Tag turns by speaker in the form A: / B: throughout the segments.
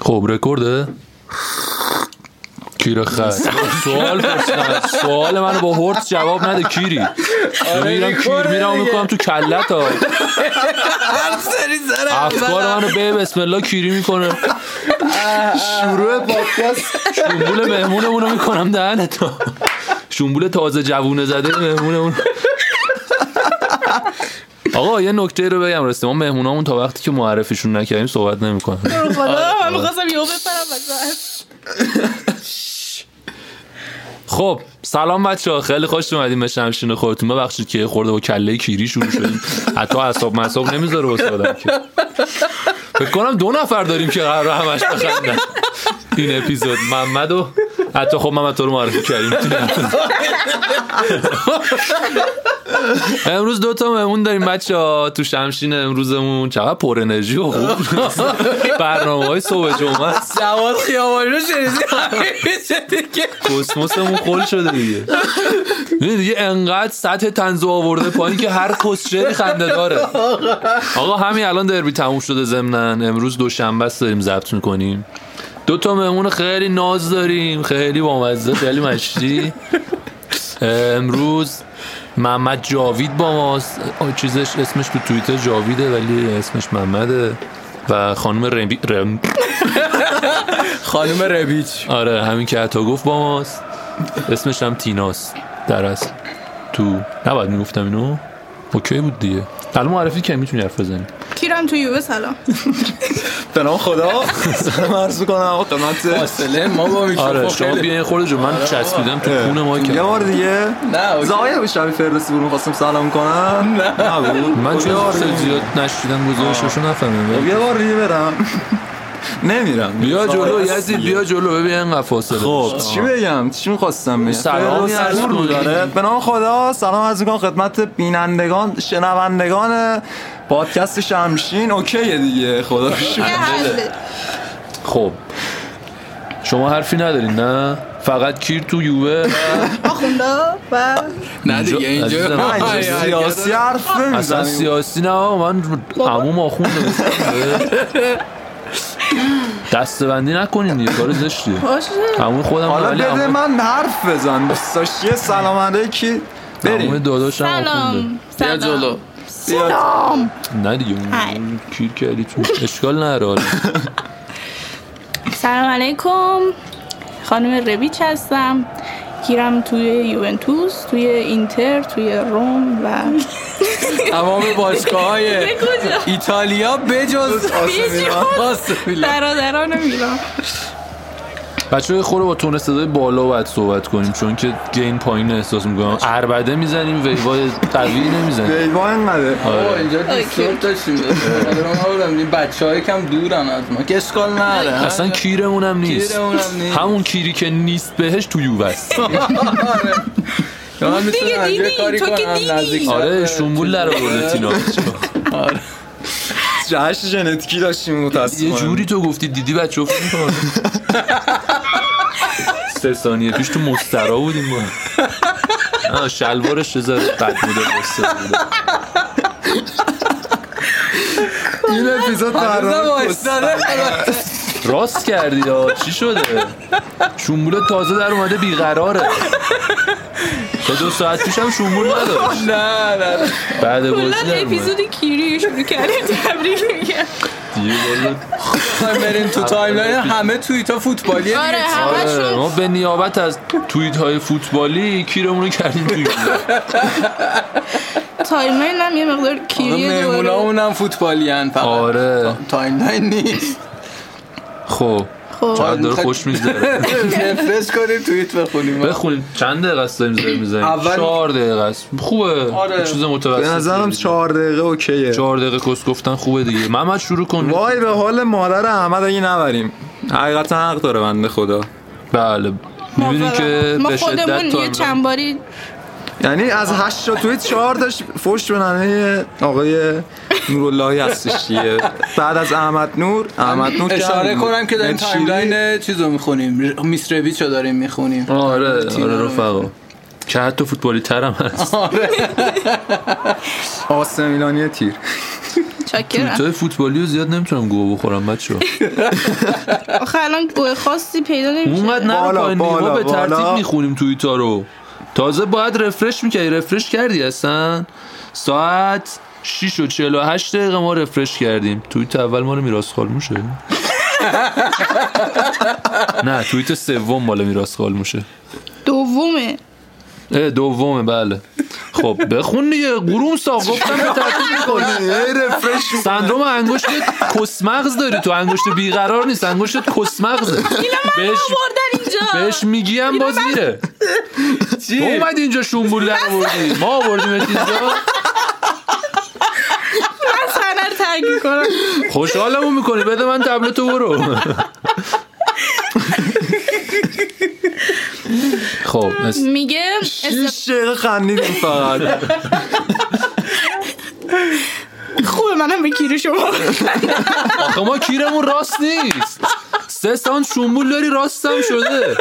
A: خب رکورده کیر خست سوال پرسیدم سوال منو با هورت جواب نده کیری
B: آره،
A: میرم کیر
C: رکورده
A: میرم
C: دیگه.
A: میکنم تو کلت ها
C: هر سری سر
B: بله.
C: بله.
A: افکار منو به بسم الله کیری میکنه
B: شروع پادکست
A: شنبول مهمونمون رو میکنم دهن تا شنبول تازه جوونه زده مهمونمون آقا یه نکته رو بگم راستی ما مهمونامون تا وقتی که معرفیشون نکردیم صحبت نمیکنم
D: خدا
C: آره.
D: من میخواستم یهو بپرم ازت
A: خب سلام بچه ها خیلی خوش اومدیم به شمشین خودتون ببخشید که خورده با کله کیری شروع شدیم حتی اعصاب مصاب نمیذاره واسه آدم که فکر کنم دو نفر داریم که قرار همش بخندن این اپیزود محمد و حتی خب محمد تو رو معرفی کردیم امروز دو تا مهمون داریم بچه ها تو شمشین امروزمون چقدر پر انرژی و خوب برنامه های صبح جمعه است.
C: سواد خیابانی رو شنیدی که
A: کسموسمون خل شده دیگه ببین دیگه انقدر سطح تنزو آورده پایین که هر کسچری خنده داره آقا همین الان دربی تموم شده ضمنن امروز دوشنبه است داریم ضبط میکنیم دو تا مهمون خیلی ناز داریم خیلی بامزه خیلی مشتی امروز محمد جاوید با ماست آه، چیزش اسمش تو توییتر جاویده ولی اسمش محمده و خانم رمی... رم...
C: خانم ربیچ
A: آره همین که عطا گفت با ماست اسمش هم تیناست در اصل تو نباید میگفتم اینو اوکی بود دیگه الان معرفی که میتونی حرف بزنی
D: کیرم تو یوه سلام
B: به نام خدا سلام عرض میکنم خدمت
C: اصله ما با
A: آره
C: میکروفون
B: خب،
A: شما
C: خیلی
A: بیا خورده جو
B: آره.
A: من چسبیدم تو خون ما
B: یه
A: که
B: بار دیگه
C: نه، اوکی.
B: زاویه به شبی فردوسی برون خواستم سلام کنم نه نبود.
A: من چون
B: یه بار دیگه.
A: اصلا زیاد نشیدم گزارششو نفهمیدم
B: یه بار دیگه برم نمیرم
A: بیا جلو یزید بیا جلو ببین اینقدر فاصله
B: خب چی بگم چی میخواستم بگم
A: سلام،
B: فردوسی
A: سلام.
B: عرض بود، آره. به نام خدا سلام از میکنم خدمت بینندگان شنوندگان پادکست شمشین اوکیه دیگه خدا رو شکر.
D: یه حله.
A: خب شما حرفی ندارین نه فقط کیر تو یووه
D: آخوندا و
C: نه دیگه
A: عزیزم.
C: اینجا
A: نه،
B: اینجا سیاسی حرف
A: اصلا
B: نمیزنیم
A: سیاسی نه آقا، من عموم آخونده دستبندی نکنین دیگه کار زشتیه
D: باشه
A: عموم خودم
B: حالا
A: ولی
B: بده
A: عموم-
B: من حرف بزن دوست داشت یه سلام علیکی
A: عموم
B: بریم
A: داداشم آخونده
D: سلام
C: بیا
D: سلام
C: جلو
D: سلام
A: نه دیگه اون کیر کردی تو اشکال نره حالا
D: سلام علیکم خانم ربیچ هستم کیرم توی یوونتوس توی اینتر توی روم و
C: تمام باشگاه های
D: کجا
C: ایتالیا بجز آسمیلان.
D: برادران میلان
A: بچه های خوره با تون صدای بالا باید صحبت کنیم چون که گین پایین احساس میکنم عربده میزنیم ویوای قوی نمیزنیم
B: بیوان نده
C: آه، اینجا
D: اوکی.
C: دیستورت داشتیم من بودم این بچه های کم دورن از ما که اشکال نره
A: اصلا کیرمون هم نیست
C: کیرمون هم نیست.
A: همون کیری که نیست بهش تو یووه است
C: آره. من می‌تونم
D: دیگه
C: از یه
D: دیدی،
C: کاری
D: تو که
C: کنم
D: دیدی.
C: نزدیک
A: آره
C: شده.
A: شنبول در آورده تینا
C: آره.
B: جهش ژنتیکی داشتیم
A: یه
B: متاسفانه
A: جوری تو گفتی دیدی بچه افت میکنه سه ثانیه پیش تو مسترا بودیم ما آه، شلوارش چه ذره بد مدل بسته بوده
B: این اپیزود
C: هنوزم
B: برنامه
C: وایستاده.
A: راست کردی یا چی شده شنبول تازه در اومده بیقراره تا دو ساعت پیش هم شنبول نداشت
C: نه نه نه.
A: بعد
D: کلا
A: بازی در اومد
D: اپیزود کیری شروع کردیم تبریک میگم
A: دیگه والا
C: می‌خوایم بریم تو تایملاین همه توییتا فوتبالیه
D: آره
C: دیگه.
A: آره،
D: همشون
A: ما به نیابت از توییت های فوتبالی کیرمون رو کردیم توی گروه.
D: تایملاین هم یه مقدار کیری دوباره
C: مهمونامون هم فوتبالیان فقط
A: آره
C: تایملاین نیست
A: خب
D: خب
A: چقدر داره
C: می‌خوای-
A: خوش میگذره
C: رفرش کنیم توییت بخونیم
A: بخونیم چند دقیقه است داریم زیر میزنیم
C: اول-
A: چهار دقیقه است خوبه
C: آره.
A: یه چیز متوسط
B: به نظرم چهار دقیقه اوکیه
A: چهار دقیقه کس گفتن خوبه دیگه محمد شروع کن
B: وای به حال مادر احمد اگه نبریم حقیقتا حق داره بنده خدا
A: بله میبینیم که
D: ما
A: به
D: خودمون
A: شدت تا
D: یه چند باری
B: یعنی از هشت تا توی چهار داشت فش به ننه آقای نوراللهی هستش دیگه بعد از احمد نور احمد نور که
C: اشاره
B: همین
C: کنم که داریم
B: بود. نتشیری.
C: تایملاین چیزو میخونیم میس رویچ رو داریم میخونیم
A: آره
C: تینا
A: آره
C: رو
A: رفقا که حتی فوتبالی ترم هست
C: آره
B: آسمیلانی تیر
D: متشکرم
A: توییتای فوتبالی رو زیاد نمیتونم گوه بخورم بچه
D: آخه الان گوه خاصی پیدا
A: اونقدر
D: نمیشه
A: نه
B: بالا،
A: پایین ما
B: بالا،
A: به ترتیب
B: بالا.
A: میخونیم توییتا رو تازه باید رفرش میکردی رفرش کردی اصلا ساعت 6 و 48 دقیقه ما رفرش کردیم توییت اول مال میراث خالموشه نه توییت سوم مال میراث خالموشه
D: دومه
A: اه، دومه بله خب بخون دیگه قروم ساق گفتم به ترتیب میخونی سندروم انگشت کسمغز داری تو انگشت بیقرار نیست انگشت کسمغزه بهش
D: بردن اینجا
A: بهش میگیم باز میره تو اومد اینجا شنبول در آوردی ما آوردیم اینجا
D: سنه رو ترک میکنم
A: خوشحالمون میکنی بده من تبلتو برو خب اس-
D: میگه
B: شیش دقیقه خندیدیم فقط
D: خوبه منم به کیری شما
A: آخه ما کیرمون راست نیست سه سان شنبول داری راستم شده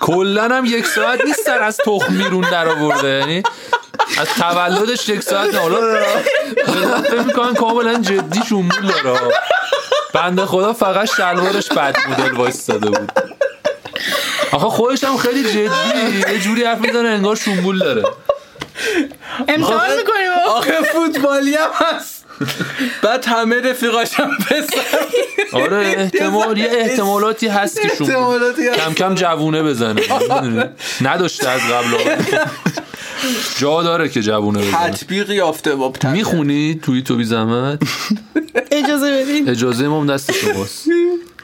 A: کلن هم یک ساعت نیست سر از تخم بیرون در آورده یعنی از تولدش یک ساعت نه حالا فکر میکنن کاملا جدی شنبول داره بنده خدا فقط شلوارش بد مدل وایستاده بود آخه خودش هم خیلی جدی یه جوری حرف میزنه انگار شنبول داره
D: امتحان میکنیم
C: آخه فوتبالی هم هست بعد همه رفیقاش هم پسر
A: آره احتمال یه احتمالاتی هست که شنبول
B: احتمالاتی هست.
A: کم کم جوونه بزنه نداشته از قبل جا داره که جوونه بزنه
C: تطبیق یافته با تطبیق.
A: میخونی توی تو بی زحمت
D: اجازه بدین
A: اجازه ما هم دست شماست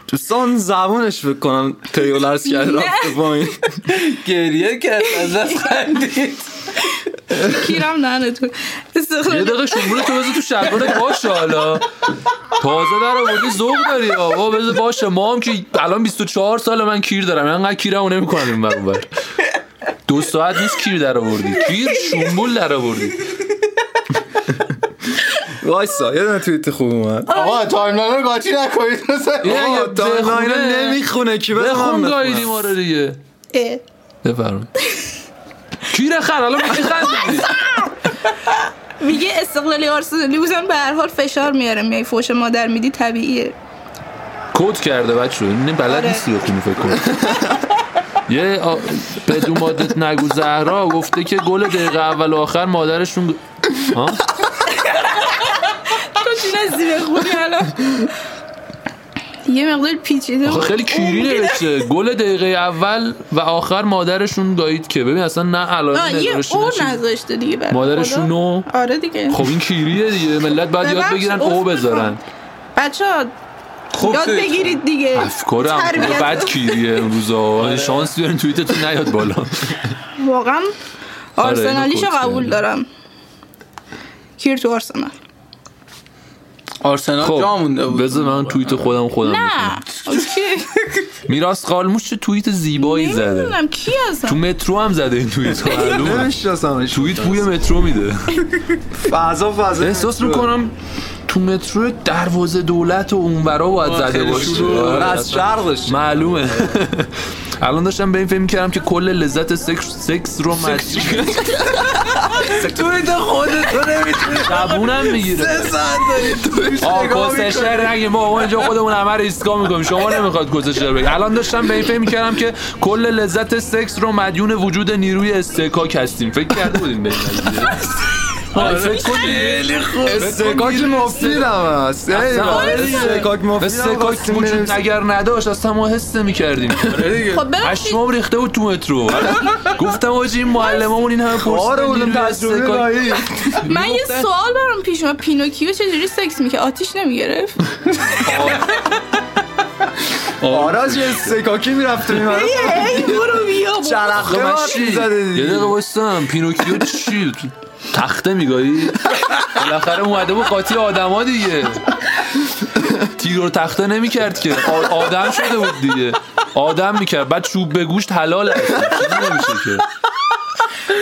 B: دوستان زبونش بکنم تیولرز کرد رفته پایین
C: گریه کرد از دست خندید
D: کیرم ننه تو
A: یه دقیقه شمول تو بذار تو شلوار باشه حالا تازه در آوردی ذوق داری آقا بذار باشه ما هم که الان 24 سال من کیر دارم انقدر کیرمو نمیکنم این بر اون بر. دو ساعت نیست کیر در آوردی کیر شمول در آوردی
B: وایسا یه دونه توییت خوب اومد
E: آقا تایملاین رو قاطی نکنید
A: این اگه
B: آقا تایملاین رو
A: بخونه-
B: نمیخونه که بذار من
A: بخون
B: بخونم.
A: گایدی ما رو دیگه بفرمایید کیر خر الان میگه خندیدی
D: میگه استقلالی آرسنالی بودن به هر حال فشار میاره میای فوش مادر میدی طبیعیه
A: کد کرده بچه این بلد
D: آره.
A: نیستی بخونی فکر کنم یه آ... به دومادت نگو زهرا گفته که گل دقیقه اول و آخر مادرشون گ- ها؟
D: تو چی نزدی بخونی الان یه مقدار پیچیده
A: آخه
D: بود.
A: خب خیلی کیری نوشته گل دقیقه اول و آخر مادرشون گایید که ببین اصلا نه علائم
D: آه، یه
A: نگارشی، نه
D: او
A: چیزی.
D: نذاشته دیگه برای
A: مادرشون
D: خدا.
A: نو
D: آره دیگه
A: خب این کیریه دیگه ملت باید یاد
D: ببخشید،
A: بگیرن
D: عذر
A: او
D: میخوام.
A: بذارن
D: بچه ها یاد
C: توییت
D: بگیرید دیگه
A: افکار هم
D: تربیت.
A: بد کیریه اون روزا شانس بیارین توییتتون نیاد بالا
D: واقعا آرسنالیشو
A: اینو کد
D: قبول
A: کردی.
D: دارم کیر تو آرسنال
C: آرسنال
A: خب،
C: جا مونده بود
A: بذار من توییت خودم خودم
D: نه اوکی
A: میراس خالموش چه توییت زیبایی زده
D: نمیدونم کی
A: تو
D: هستم
A: مترو هم زده این توییت معلومه
B: نمیشناسمش
A: توییت بوی مترو میده
B: فضا فضا
A: احساس میکنم تو مترو دروازه دولت و اونورا باید زده
C: خیلی
A: باشه
C: شلوغه.
A: آره،
B: از
A: اصلا.
B: شرقش
A: معلومه الان داشتم به این فکر میکردم که کل لذت سکس, سکس رو مدیون
C: توییت خودت رو نمیتونی
A: زبونم میگیره
C: ساعت داری توییت
A: آه
C: نگاه می‌کنی.
A: کسشر نگه ما ما اینجا خودمون همه رو ایستگاه میکنیم شما نمیخواد کسشر بگی الان داشتم به این فکر میکردم که کل لذت سکس رو مدیون وجود نیروی استکاک هستیم فکر کرده بودیم به این قضیه؟ آره، فکر کنید.
B: استکاک مفید هم هست خیلی
A: اصلا
B: باحال.
A: آره دیگه.
B: استکاک مفید هم
A: استکاک
B: خواستیم
A: وجود
B: بنویسیم.
A: اگر نداشت اصلا ما حس نمیکردیم آره.
D: خب ببخشید
A: پشمام ریخته بود تو مترو آره. گفتم آجی این معلممون این همه
B: آره
A: پرسیدن
B: اونم
A: نیروی
B: تجربه
A: استکاک
B: داری.
D: من یه سوال برام پیش اومد پینوکیو چجوری سکس میکرد آتیش نمیگرفت
B: آراج استکاکی میرفت و میمارد
D: ای برو بیا
B: چرخه
A: آخه من
B: باش
A: چی؟
B: میزده
A: یه
B: دیگه
A: دقیقه بایستم پینوکیو چی تو تخته میگاهی بالاخره اومده بود قاطی آدما دیگه تیر رو تخته نمیکرد که آ- آدم شده بود دیگه آدم میکرد بعد چوب به گوشت حلال هست چیزی نمیشه که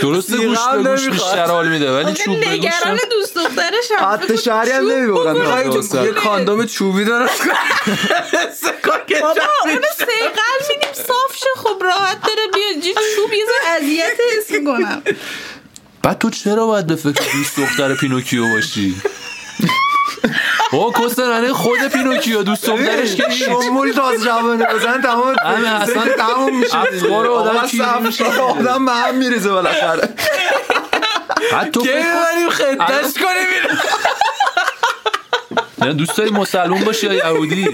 A: درسته
B: سیغه
A: گوشت
B: هم
A: به گوشت
B: نمیخواد.
A: بیشتر حال میده ولی چوب به گوشت هم-
D: نگران دوست دخترش هم
B: حتی شهری هم
C: می‌خوای
B: نمیبرن
C: تو یه کاندوم چوبی دارم سکاک
D: بابا اونو سیقل میدیم صاف شه خب راحت داره بیا جی چوب یه ذره اذیت حس میکنم
A: بعد تو چرا باید به فکر دوست دختر پینوکیو باشی با کسترانه خود پینوکیو دوست دخترش که هیچ.
B: شمول تاز جوانه بزن تمام
A: همه اصلا
B: فکر تموم میشه دیگه.
A: افکار آدم
B: آقا
A: پیر
B: صبر
A: میشه.
B: کن، آدم به هم میریزه بالاخره
A: حتی
C: که
A: فکر کن-
C: ببریم
A: الان-
C: خدش کنیم اینو.
A: یعنی دوست داری مسلمون باشی یا یهودی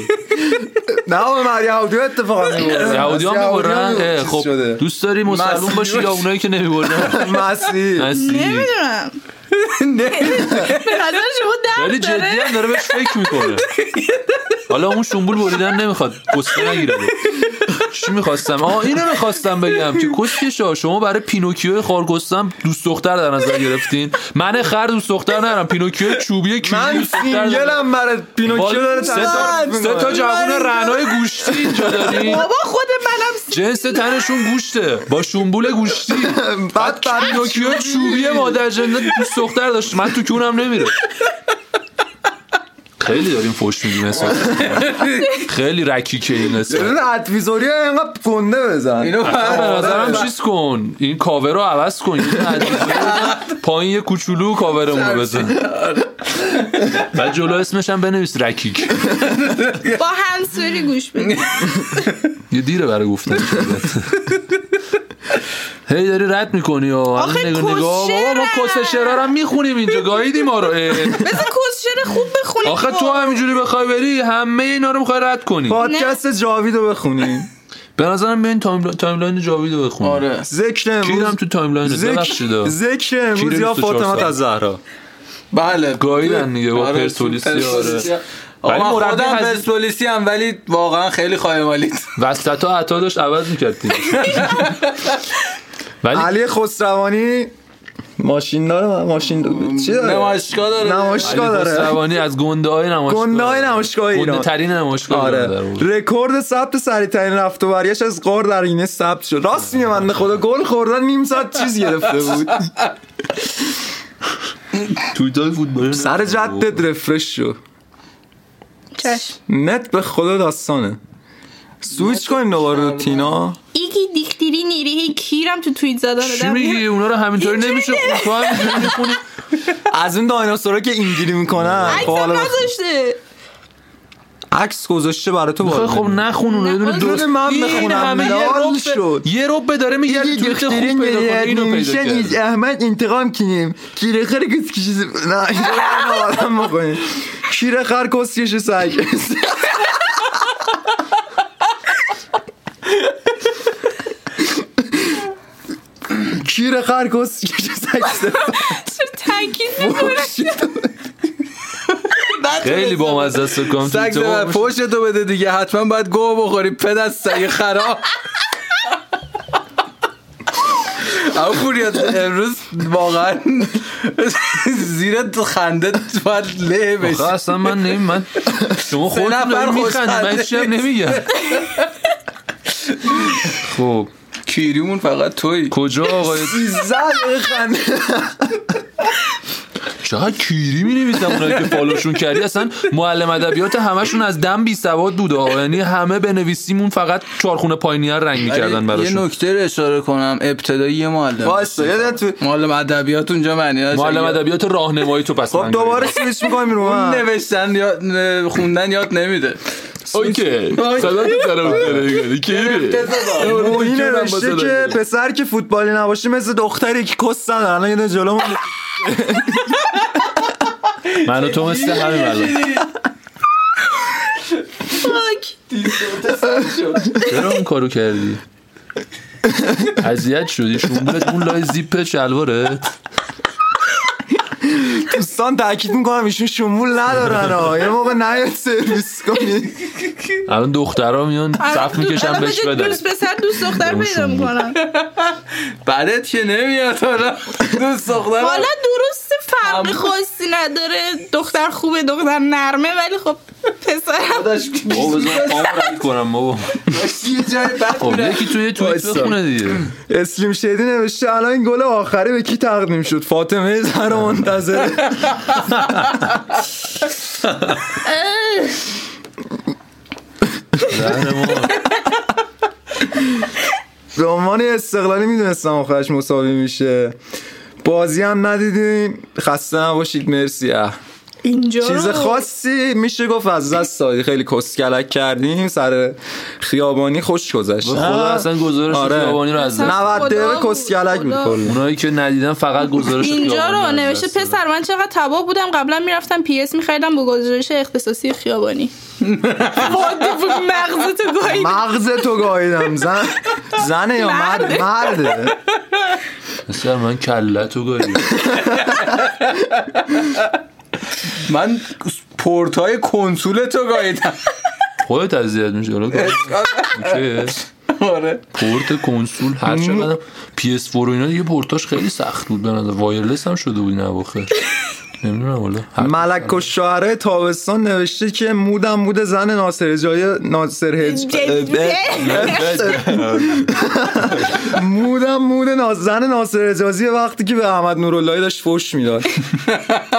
B: نه آقا من یهودی اتفاقا میبرن
A: یهودی ها میبرن خب دوست داری مسلمون
B: مسیحی
A: باشی یا
B: باشی.
A: اونایی که نمیبرن
B: مسیح
A: مسیحی
D: نمیدونم به نظر شما
A: ولی
D: درد
A: جدی
D: داره
A: هم داره بهش فکر میکنه حالا اون شنبول بریدن نمیخواد قصه نگیره چی میخواستم آه اینو میخواستم بگم که کسکشا شما برای پینوکیو خارگستم دوست دختر در نظر گرفتین من خر دوست دختر نرم پینوکیو چوبیه کیوی
B: من
A: دوست دختر دارم.
B: سینگلم برای
A: با-
B: پینوکیو داره
A: سه تا-
B: تنظیم
A: سه تا
B: می‌کنه.
A: جوان رنای گوشتی اینجا دارین
D: بابا خود منم س-
A: جنس تنشون گوشته با شنبول گوشتی
B: بعد
A: پینوکیو
B: پینوکیو
A: چوبیه مادر جنت دوست دختر داشت من تو کونم نمیره خیلی داریم فوش میدیم خیلی رکیکه این قصه
B: ادویزوری اینقدر گنده بزن
C: اینو
A: آره، به
C: بعد
B: آره.
A: نظرم چیز کن این کاور رو عوض کن این عدیده رو پایین یه کوچولو کاورمون رو بزن
B: آره.
A: بعد جلو اسمش هم بنویس رکیک
D: با همسوری گوش بده
A: یه دیره برای گفتن هی داری رد میکنی
D: آخه
A: آخه نگاه بابا ما
D: کسشرم.
A: کس هم میخونیم اینجا گاهیدی ما رو اه.
D: بذار کسشر خوب بخونی
A: آخه
D: خب.
A: تو همینجوری بخوای بری همه اینا رو میخوای رد کنی
B: پادکست جاوید رو بخونیم
A: به نظرم بیاین تایم- تایملاین جاوید رو بخونیم
C: آره
B: ذکر امروز
A: کیرم تو تایملاین
B: ذکر-
A: ببخشید
B: ذکر امروز
A: کیره 24
B: یا فاطمه
A: سال.
B: از زهرا
C: بله
A: گاییدن دیگه با
C: آره،
A: پرسپولیسی، آره.
C: پرسپولیسی.
A: ولی
C: آقا من
A: مربی
C: خودم
A: هزینه-
C: پرسپولیسی هم ولی واقعا خیلی خواهی مالید
A: وسط ها عطا داشت عوض میکرد ولی
B: علی خسروانی ماشین داره من ماشین چی داره
C: نمایشگاه داره
B: نمایشگاه
A: علی
B: داره
A: خسروانی از گنده های نمایشگاه
B: گنده های نمایشگاه ایران.
A: گنده ترین نمایشگاه ایران در
B: آره
A: واقع.
B: رکورد ثبت سریعترین رفت و برگشت از قار در اینه ثبت شد راست میگه من خدا گل خوردن نیم ساعت چیز گرفته بود
A: توییتای فوتبالی
B: سر
A: آره.
B: جدت رفرش شو
D: چشم
B: نت به خدا داستانه سویچ کنیم دوباره رو تینا
D: ایگی دیکتیری نیری هی کیرم تو توییت زدن
A: چی
D: آدم.
A: میگی اونا رو همینطوری
D: اینجوری
A: نمیشه خب تو همینجوری میخونی
B: از این دایناسورا که اینجوری میکنن خب
D: عکسم
B: حالا بخ-
D: نذاشته
B: عکس گذاشته برای تو
A: خب
B: وارد
A: خب
B: نمی-
A: نخون اون یه دونه
D: نخون.
A: درست
B: بذار من
A: این
B: بخونم.
A: همه یه
B: لال
A: رب
B: شد.
A: یه رب داره میگه
B: یه
A: توییت خوب
B: دختری
A: پیدا کن اینو پیدا
B: میلیاردی
A: کرد
B: از احمد انتقام کنیم کیره خر کس کشیز نه اینجا رو آدم بکنیم کیره خر کس کشی سگ کیره خر کس کشی سگ
D: چرا تاکید میکنه
A: خیلی با مزه است کام
C: سگ زبر پشتو بده دیگه حتما باید گوه بخوری پدر سگ خراب او فوریات امروز واقعا زیر خنده باید
A: آخه
C: له بشی
A: اصلا من نمی من شما خودتون
C: نفر
A: دارین میخندین
C: خوشحال
A: من چی هم
C: نیست.
A: نمیگم خب
C: کیریمون فقط توی
A: کجا آقای
B: زد خنده
A: چقدر کیری می نویسم اونایی که فالوشون کردی اصلا معلم ادبیات همشون از دم بی سواد بود آقا یعنی همه بنویسیمون فقط چارخونه پایینی ها رنگ میکردن
C: یه
A: براشون
C: نکته رو اشاره کنم ابتدایی یه معلم
B: وایسا یادت تو خب،
C: معلم ادبیات اونجا معنی یعنی داشت.
A: معلم ادبیات راهنمایی تو پس
B: خب
A: من
B: دوباره
A: گرفت.
B: سویچ میکنیم رو
C: اون
B: من
C: نوشتن یا خوندن یاد نمیده
A: اوکی صدا تو طرف داره کیری
B: این نوشته که پسر که فوتبالی نباشه مثل دختری که کس نداره الان یه دونه جلو
A: من و تو مثل همین معلم
D: فاک
A: چرا اون کارو کردی اذیت شدی شنبولت اون لای زیپ شلواره
B: دوستان تاکید میکنم ایشون شمول ندارن ها یه موقع نیاد سرویس کنید
A: الان دخترها میان صف میکشن
D: الان
A: بهش
D: بجای
A: بدن
D: دوست پسر دوست دختر
A: اون
D: پیدا
A: شنبول.
D: میکنم
C: بعدت که نمیاد حالا دوست دخترم
D: حالا درست فرق خاصی نداره دختر خوبه دختر نرمه ولی خب پسرم
C: داداش،
A: بابا بذار پامو رد کنم بابا
C: یه جای بد
A: خب یکی توی توییت
B: وایسا.
A: بخونه دیگه
B: اسلیم شیدی نوشته الان این گل آخری به کی تقدیم شد فاطمه زهرا منتظره به عنوان استقلالی میدونستم آخرش مساوی میشه بازی هم ندیدیم خسته نباشید مرسی اه.
D: اینجا رو-
B: چیز خاصی میشه گفت از دست دادی خیلی کسکلک کردیم سر خیابانی خوش گذشت
A: خدا اصلا گزارش
B: خب، آره.
A: خیابانی رو از دست.
D: نه.
B: 90
D: خدا
B: دقیقه
D: بود،
B: کسکلک
D: خدا.
B: میکنه
A: اونایی که ندیدن فقط گزارش
D: اینجا
A: خیابانی
D: رو
A: از دست
D: نوشته
A: دادن.
D: پسر من چقدر تباه بودم قبلا میرفتم پی اس میخریدم با گزارش اختصاصی خیابانی مغزتو گاهی
B: مغز تو گاهیدم زن زنه یا مرد مرده
A: پسر من کلتو گاری
C: من پورت های کنسول تو گاییدم
A: خودت اذیت میشه
C: آره
A: پورت کنسول هر چقدر پی اس 4 و اینا دیگه پورتاش خیلی سخت بود به نظر وایرلس هم شده بود این اواخر نمیدونم والا هر-
B: ملک و شعره تابستان نوشته که مودم بوده زن ناصر جای ناصر هج
D: جدی؟
B: مودم مود ناز- زن ناصر اجازی وقتی که به احمد نوراللهی داشت فوش میداد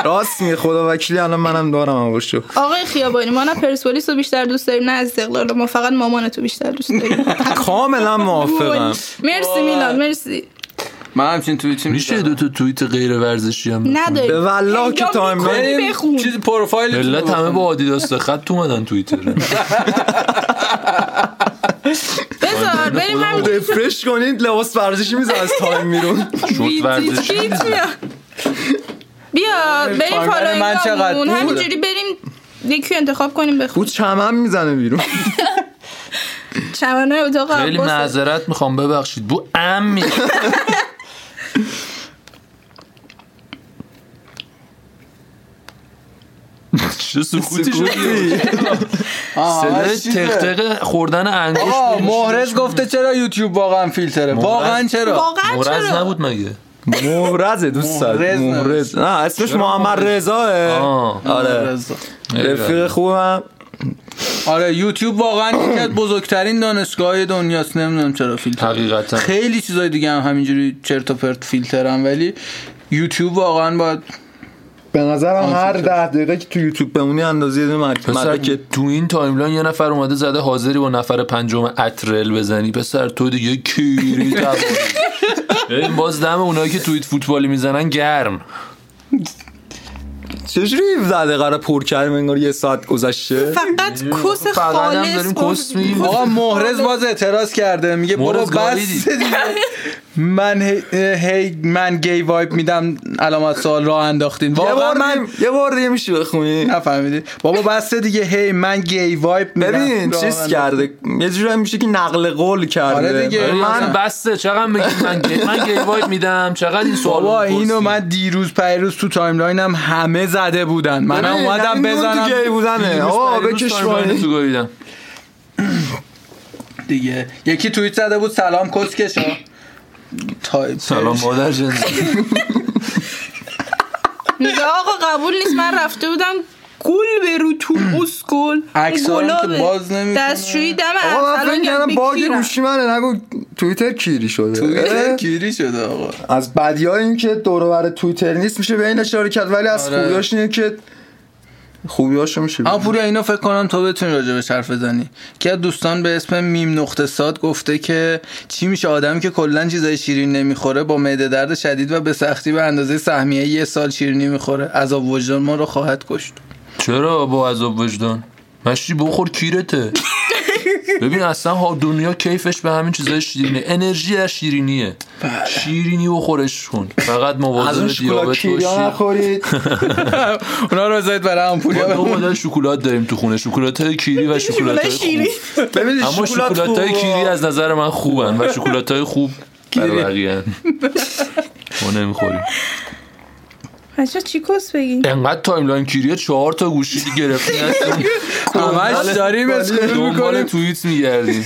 B: راست می خدا وکیلی الان منم دارم اوشو
D: آقای خیابانی ما نه پرسپولیس رو بیشتر دوست داریم نه استقلال رو ما فقط مامان تو بیشتر دوست داریم
B: کاملا موافقم
D: مرسی میلاد مرسی
C: من همچین توییتی
A: میشه دو تا توییت غیر ورزشی هم
D: نداریم
B: به والله که
D: انجام
B: تایم
D: می‌کنی،
B: لاین-
D: بخون
C: چیز پروفایل
A: ملت همه با آدیداس خط اومدن توییتر
D: بذار بریم همین
B: رفرش کنید لباس ورزشی میزه از تایم میرون
A: شورت ورزشی
D: کیت بیا بیا بریم
C: تایمر من چقدر
D: فالوینگامون
C: بود؟
D: همینجوری بریم یکی انتخاب کنیم
B: او
D: بخون
B: چمن میزنه بیرون
D: چمنه اتاق
A: خیلی
D: عباس
A: معذرت میخوام ببخشید بو امی چه سکوتی شدی صدای تق تق خوردن انگشت
C: آه
A: بود.
C: مهرز گفته چرا یوتیوب واقعا فیلتره واقعا چرا
D: واقعا
A: مرز
D: چرا
A: نبود مگه
B: مهرزه دوست
C: مهرز
B: دارم
C: نه.
B: مهرز نه اسمش محمد رضاه
A: آه
B: آره رفیق خوبم
C: آره یوتیوب واقعا یکی از بزرگترین دانشگاه دنیاست نمیدونم چرا فیلتر
A: حقیقتا
C: خیلی چیزای دیگه هم همینجوری چرت و پرت فیلترن ولی یوتیوب واقعا باید
B: به نظرم هر ده دقیقه که تو یوتیوب بمونی اندازه یه دونه مد-
A: پسر
B: مدرک
A: تو این تایملاین یه نفر اومده زده حاضری با نفر پنجم اترل بزنی پسر تو دیگه کیری تبایی. این باز دم اونایی که توییت فوتبالی میزنن گرم
B: چجوری 17 دقیقه رو پر کردیم انگار یه ساعت گذشته
D: فقط کس
A: فقط هم
D: خالص
A: داریم
D: گفت.
A: کس میگیم
C: آقا مهرز باز اعتراض کرده میگه برو
A: مهرز
C: بس
A: گاهیدی.
C: دیگه. من هی, هی- من گی وایب میدم علامت سوال راه انداختین
B: یه
C: واقعا
B: بار
C: من
B: من یه بار دیگه میشه بخونی
C: نفهمیدی بابا بس دیگه هی من گی وایب میدم
B: ببین
C: راه
B: چیز
C: انداخت.
B: کرده یه جوری هم میشه که نقل قول کرده
C: آره دیگه.
A: من
B: من
A: بسته چقدر میگی من گی... من گی وایب میدم چقدر این سوال
C: بابا اینو من دیروز پیروز تو تایملاینم همه زده بودن منم
B: ببین،
C: اومدم
B: همین نون
C: بزنم
B: تو گی بودنه آقا بکش پایین.
A: تو گویدم
C: دیگه یکی توییت زده بود سلام کسکشا تایپ
A: سلام مادر جن
D: میگه آقا قبول نیست من رفته بودم گل به رو تو اسکل
C: عکس‌ها هم که باز نمی‌کنه.
D: دستشویی دم
B: آقا من
D: ارسلان
B: فکر
D: گرد
B: کردم باگ
D: بکیرم.
B: گوشی منه نگو توییتر کیری شده
C: توییتر
B: اه؟
C: گیری شده آقا
B: از بدی این که دور و بر توییتر نیست میشه به این اشاره کرد ولی از
C: آره.
B: خوبیاش اینه که خوبیاشو میشه
C: اما پوری اینو فکر کنم تو بتونی راجع بهش حرف بزنی که از دوستان به اسم میم نقطه ساد گفته که چی میشه آدمی که کلا چیزای شیرین نمیخوره با معده درد شدید و به سختی به اندازه سهمیه یه سال شیرینی میخوره عذاب وجدان ما رو خواهد کشت
A: چرا با عذاب وجدان مشتی بخور کیرته ببین اصلا ها دنیا کیفش به همین چیزای شیرینه انرژی از شیرینیه شیرینی بخورش کن فقط
B: بله. از اون
A: مواظب
B: شکلات
A: دیابت باشی
B: کیریا نخورید
C: اونا رو بذارید برای هم پوری
A: ما دو مدل شکلات داریم تو خونه شکلات های کیری و شکلات های خوب
D: شیری.
B: ببینید
A: اما
B: شکلات
A: شکلات های
B: خوبه.
A: کیری از نظر من خوبن و شکلات های خوب برای بقیه ما نمیخوریم
D: بچه‌ها چی کس بگی
A: انقدر تایملاین کیریه چهار تا گوشی گرفتی هستیم
C: همش
B: بله.
C: داریم اسکرول
A: دنبال
C: میکنیم
A: توییت میگردیم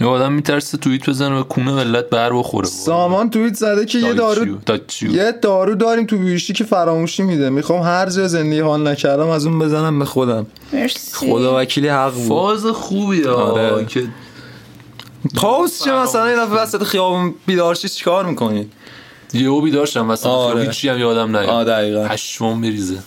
A: یه آدم میترسه توییت بزنه و کونه ملت بر بخوره
B: سامان توییت زده که یه دارو یه دارو داریم تو بیوشی که فراموشی میده میخوام هر جا زندگی حال نکردم از اون بزنم به خودم
D: مرسی
B: خدا وکیلی حق بود
A: فاز خوبیه
B: آره.
A: آره. که
B: پاوس چه مثلا یه دفعه وسط خیابون بیدارشی چیکار میکنی
A: یهو بیدار شم مثلا
B: آره.
A: آره. هیچی هم یادم نیاد
B: آه، دقیقاً.
A: پشمام بریزه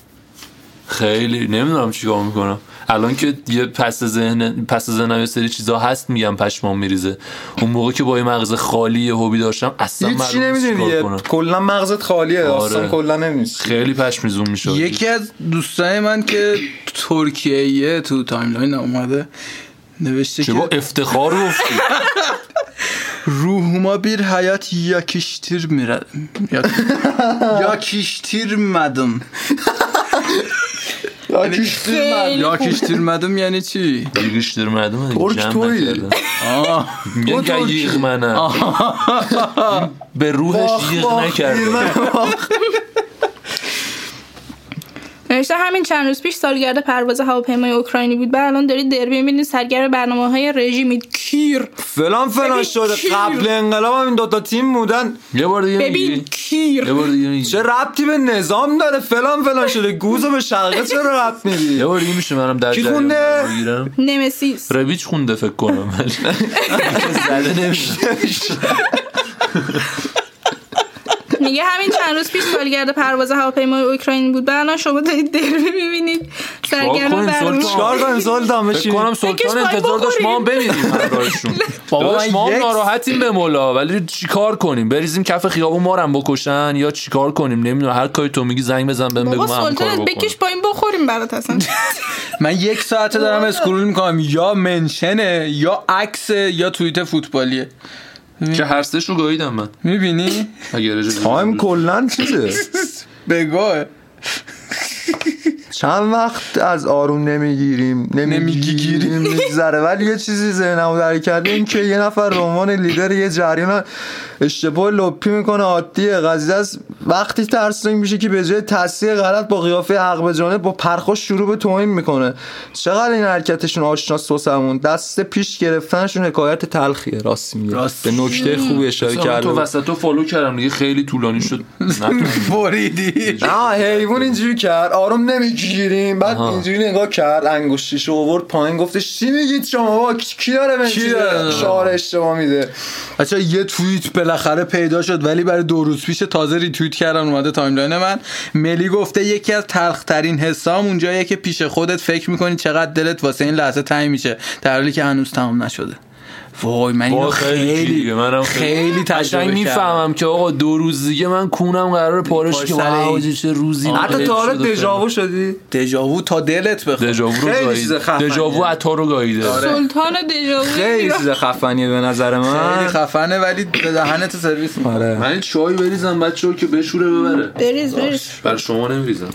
A: خیلی نمیدونم چیکار میکنم الان که یه پس ذهن پس ذهنم یه سری چیزا هست میگم پشمام میریزه اون موقع که با یه مغز خالی یه هوبی داشتم اصلا
B: هیچ چی
A: معلوم نیست
B: نمیدونی
A: چیکار
B: دیگه
A: کنم.
B: کلا مغزت خالیه
A: آره.
B: اصلا کلا نمیدونی
A: خیلی پشمیزون میشد
C: یکی از دوستای من که ترکیه ایه تو تایملاین اومده نوشته
A: چه با
C: که
A: افتخار گفتی
C: ruhuma bir hayat yakıştırmira- yak- yakıştırmadım.
D: آره، خیلی
C: Yakıştırmadım yani چی؟
A: گیریش در مردم دیگه
B: ترک
A: جمع
B: تویی.
A: نکردن.
C: آه.
A: میگن
B: تو ترکی.
A: گیغ منم به روحش
B: باخ،
A: گیغ
B: باخ،
A: نکرده
D: نوشته همین چند روز پیش سالگرد پرواز هواپیمای اوکراینی بود بعد الان دارید دربی میبینید سرگرم برنامه های رژیمید کیر
B: فلان فلان
D: ببین
B: شده
D: کی
B: قبل انقلاب هم این دوتا تیم بودن
A: یه بار دیگه
D: ببین
A: میگی یه
D: کیر
A: بار دیگه میگی
B: چه ربطی به نظام داره فلان فلان شده گوزو به شرقه چرا ربط میدی
A: یه بار دیگه میشه منم در
B: کی
A: جریان
B: خونده؟
A: قرار بگیرم
D: نمسیس
A: ربیچ خونده فکر کنم ولی زده نمیشه
D: میگه همین چند روز پیش سالگرد پرواز هواپیمای اوکراینی بود بعد الان شما دارید دربی میبینید سرگرم
A: کنیم؟
D: برنامه
A: سلطان؟
B: چیکار کنیم سلطان
A: فکر
B: بشین
A: کنم
D: فکرش
A: سلطان
D: باید
A: انتظار داشت ما هم بریزیم همراهشون
C: بابا
A: داداش
C: من
A: ما هم
C: یک-
A: ناراحتیم به مولا ولی چیکار کنیم بریزیم کف خیابون ما رو هم بکشن یا چیکار کنیم نمیدونم هر کاری تو میگی زنگ بزن بهم بگو
D: بابا
A: من هم کارو بکنم
D: سلطان بکش پایین بخوریم برات اصلا
C: من یک ساعته دارم اسکرول میکنم یا منشنه یا عکس یا توییت فوتبالیه
A: که هر سهش رو گاهیدم من
C: میبینی؟
A: اگه رجوع-
B: تایم کلا چیزه
C: بگاه
B: چند وقت از آروم نمیگیریم نمیگیریم میگذره ولی یه چیزی ذهنمو در کرده این که یه نفر به عنوان لیدر یه جریان اشتباه لپی میکنه عادیه قضیه از وقتی ترسناک میشه که به جای تصحیح غلط با قیافه حق به جانب با پرخوش شروع به توهین میکنه چقدر این حرکتشون آشناس سوسمون دست پیش گرفتنشون حکایت تلخیه راست میگه
C: راست.
B: به نکته خوبی اشاره
A: مثلا من
B: کرده
A: تو
B: بود.
A: وسط تو فالو کردم دیگه خیلی طولانی شد نتونستم.
C: بریدی
B: آه حیوان اینجوری کرد آروم نمیگیریم بعد
A: آها.
B: اینجوری نگاه کرد انگشتیشو آورد پایین گفتش چی میگید شما با کی داره به این
C: کی
B: چیز
C: داره؟
B: شعار اشتباه میده
C: بچه یه توییت بالاخره پیدا شد ولی برای دو روز پیش تازه ریتوییت کردن اومده تایملاین من ملی گفته یکی از تلخترین حسام اونجاییه که پیش خودت فکر میکنی چقدر دلت واسه این لحظه تنگ میشه در حالی که هنوز تمام نشده وای من اینو
A: با خیلی
C: خیلی
A: دیگه، منم خیلی-
C: خیلی
A: قشنگ
C: تجربه کردم
A: میفهمم که آقا دو روز دیگه من کونم قرار پارش آره،
C: پای
A: که
C: سر این.
A: وای چه روزی
B: حتی تا حالا دژاوو شدی
C: دژاوو تا دلت بخواد
A: دژاوو رو
B: خیلی چیز
A: گایید.
B: خفنیه.
A: دژاوو عطا رو گاییده
D: سلطان دژاوو
B: چیز خفنیه به نظر
C: خیلی خفنه ولی به دهنت سرویس می‌کنه.
B: آره
A: من چای بریزم بچه که بشوره ببره
D: بریز بریز
A: بر شما نمیریزم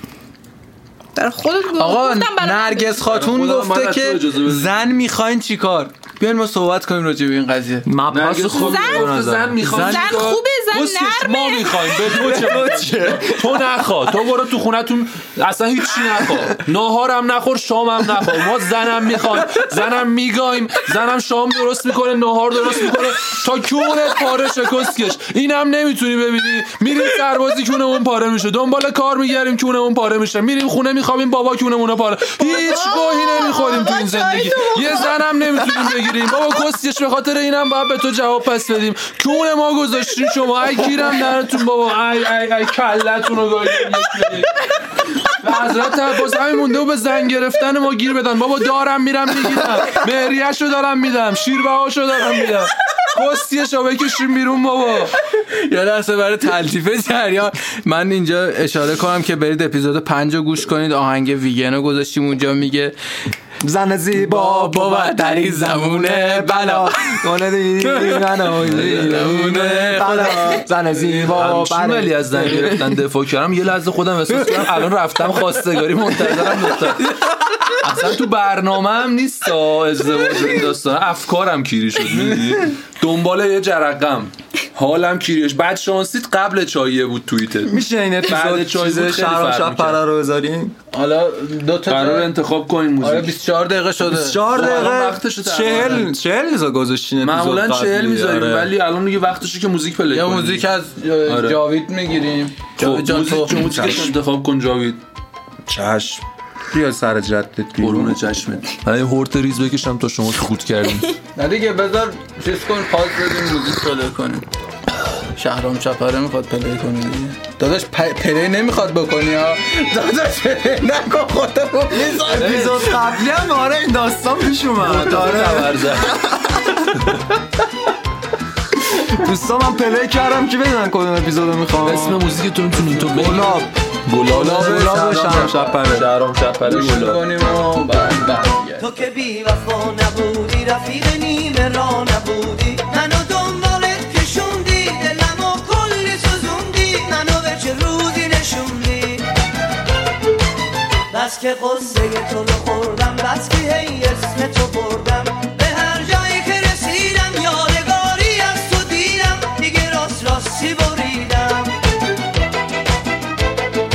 D: در خودت گفت.
C: آقا
D: گفتم برات
C: نرگس
A: برای
C: خاتون
A: خودم من
C: گفته
A: از تو
C: که
A: اجازه بدید.
C: زن میخواین چیکار بیاین ما صحبت کنیم راجع به این قضیه
B: مپاس خوب
D: زن-
B: به نظر.
A: زن میخواد
D: زن خوبه زن
A: بسکش
D: نرمه
A: ما میخوایم به تو چه تو نخوا تو برو تو خونتون اصلا هیچی نخوا ناهارم نخور شامم نخور ما زنم میخوایم زنم میگایم زنم شام درست میکنه ناهار درست میکنه تا کونه پاره شکستکش اینم نمیتونی ببینی میریم سربازی کونمون پاره میشه دنبال کار میگردیم کونمون پاره میشه میریم خونه میخوابیم بابا کونمون پاره هیچ گوهی نمیخوریم تو این زندگی یه زنم نمیتونیم بگیریم بابا کسیش به خاطر اینم باید به تو جواب پس بدیم کون ما گذاشتیم شما ای گیرم نرتون بابا ای ای ای کلتون رو گاییدیم یک به یک. به حضرت عباس همین مونده و به زن گرفتن ما گیر بدن بابا دارم میرم میگیرم مهریه‌شو دارم میدم شیربهاشو دارم میدم کستیشو بکشیم بیرون بابا
C: یا لحظه برای تلطیف جریان من اینجا اشاره کنم که برید اپیزود 5 رو گوش کنید آهنگ ویگن رو گذاشتیم اونجا میگه
B: زن زیبا
C: بابا در این زمونه بلا
B: کنه دیدی منو
C: زمونه
B: بلا. زن زیبا
C: بله.
B: بله.
A: همچین ولی از زن گرفتن دفاع کردم یه لحظه خودم احساس کردم الان رفتم خواستگاری منتظرم دختر اصلا تو برنامه هم نیست تا ازدواج و این داستان افکارم کیری شد می‌دونی؟ دنبال یه جرقم حالم کیریش بعد شانسیت قبل چاییه بود توییتت
B: میشه این
A: بعد
B: اپیزود
A: چای زود
B: چیز
A: خیلی
B: شهرام
A: فرق
B: شب
A: می‌کرد.
B: پره رو بذاریم
C: حالا دو تا
A: قرار انتخاب کنین
C: آره
A: موزیک
C: 24 دقیقه شده
B: 24
A: خب، الان
B: دقیقه
A: وقتشه تقریباً.
B: چهل چهل روزا گذاشتین اپیزود
A: معمولا
B: قبلی.
A: چهل میذاریم
B: آره.
A: ولی الان دیگه وقتشه که موزیک پلی
C: یا
A: کنیم.
C: موزیک از اه،
A: آره.
C: جاوید میگیریم
A: خب،
C: جاوید جان
A: موزیک-
C: تو
A: موزیکش انتخاب کن جاوید
B: آره. چشم بیا سر جدت
A: قرون چشمت من یه هورت ریز بکشم تا شما سکوت کردیم
C: نه دیگه بذار چیز کن پاس بدیم موزیک پلی کنیم شهرام چاپره میخواد پلی کنی دیگه داداش پ- پلی نمیخواد بکنی ها داداش پلی نکن خودت رو می‌ذاری.
B: اپیزود قبلی هم آره این داستان پیش اومد آره دوستان من پلی کردم که بدونن کدوم اپیزود میخوام
A: اسم یعنی موزیک تو میتونی تو بگی
B: گلاب
A: گلاب
B: گلاب شهرام شب‌پره.
A: شهرام شب‌پره
C: گوش
A: گلاب
C: می‌کنیم و بعد برمیگردیم.
F: تو که بی وفا نبودی رفیق نیمه را نبودی منو دنبالت کشوندی دلمو کلی سوزوندی منو به چه روزی نشوندی بس که قصه تو رو خوردم بس که هی اسم تو بردم به هر جایی که رسیدم یادگاری از تو دیدم دیگه راست راستی بریدم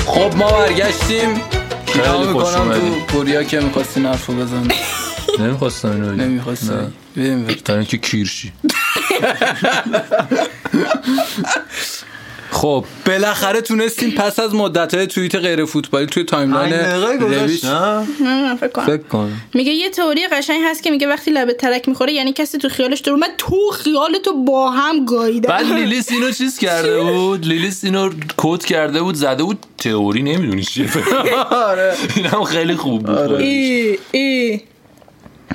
C: خب ما برگشتیم
A: خیلی
C: خیلی
A: خوش
C: میکنم
A: اومدی.
C: تو کوریا که میخواستی نرفو بزن
A: نمیخواستم اینو بگم
C: نمیخواستی
A: نه.
C: بریم بریم.
A: تا اینکه کیرشی خب
C: بالاخره تونستیم پس از مدت های توییت غیر فوتبالی توی تایملاین رویش
B: نه
D: نمی‌دونم، فکر کنم
C: فکر کنم
D: میگه یه تئوری قشنگ هست که میگه وقتی لبه ترک میخوره یعنی کسی تو خیالش درو من تو خیال تو با هم گاییدم
A: بعد لیلیس اینو چیز کرده بود لیلیس اینو کد کرده بود زده بود تئوری نمیدونی چیه
C: آره
A: اینم خیلی خوب بود
D: ای ای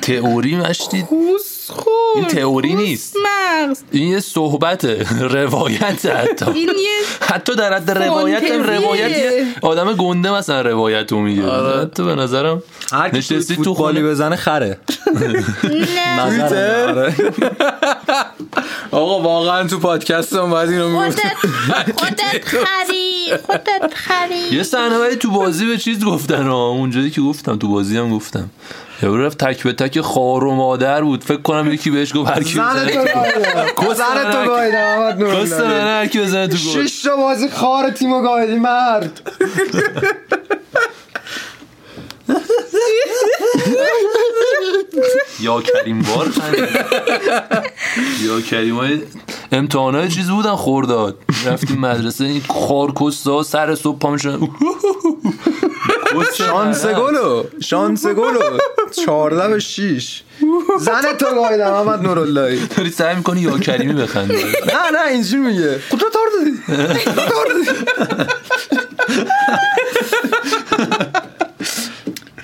A: تئوری مشتی
D: کوس خور
A: این تئوری
D: کوس
A: نیست.
D: مغز
A: این یه صحبته روایت حتی
D: این یه
A: حتی در حد روایت هم
D: فانتزیه.
A: روایت یه آدم گنده مثلا روایت رو میگه
B: آره.
A: حتی به نظرم
B: هر کی
A: نشستی
B: توی
A: تو
B: فوتبالی
A: خونه.
B: بزنه خره
D: نه
B: نظرم. آره.
C: آقا واقعا تو پادکست هم باید اینو میگفتیم
D: خودت خودت خری خودت خری
A: یه صحنه ولی تو بازی به چیز گفتن ها اونجایی که گفتم تو بازی هم گفتم یارو رفت تک به تک خار و مادر بود فکر کنم یکی بهش گفت هر کی
B: زن
A: بزنه تو
B: تو گایدم زن تو گایدم احمد نوری
A: گل. نه هر کی بزنه تو گل
B: شش تا بازی خار تیمو گایدی مرد
A: یا کریم بار خندید. یا کریم های امتحان های چیز بودن خورداد رفتیم مدرسه این خارکست ها سر صبح پا میشن
B: شانس گلو شانس گلو 14 به 6 زن تو گایدم احمد نوراللهی
A: داری سعی میکنی یا کریمی بخندی
B: نه نه اینجوری میگه کجا تار دادی کجا تار دادی؟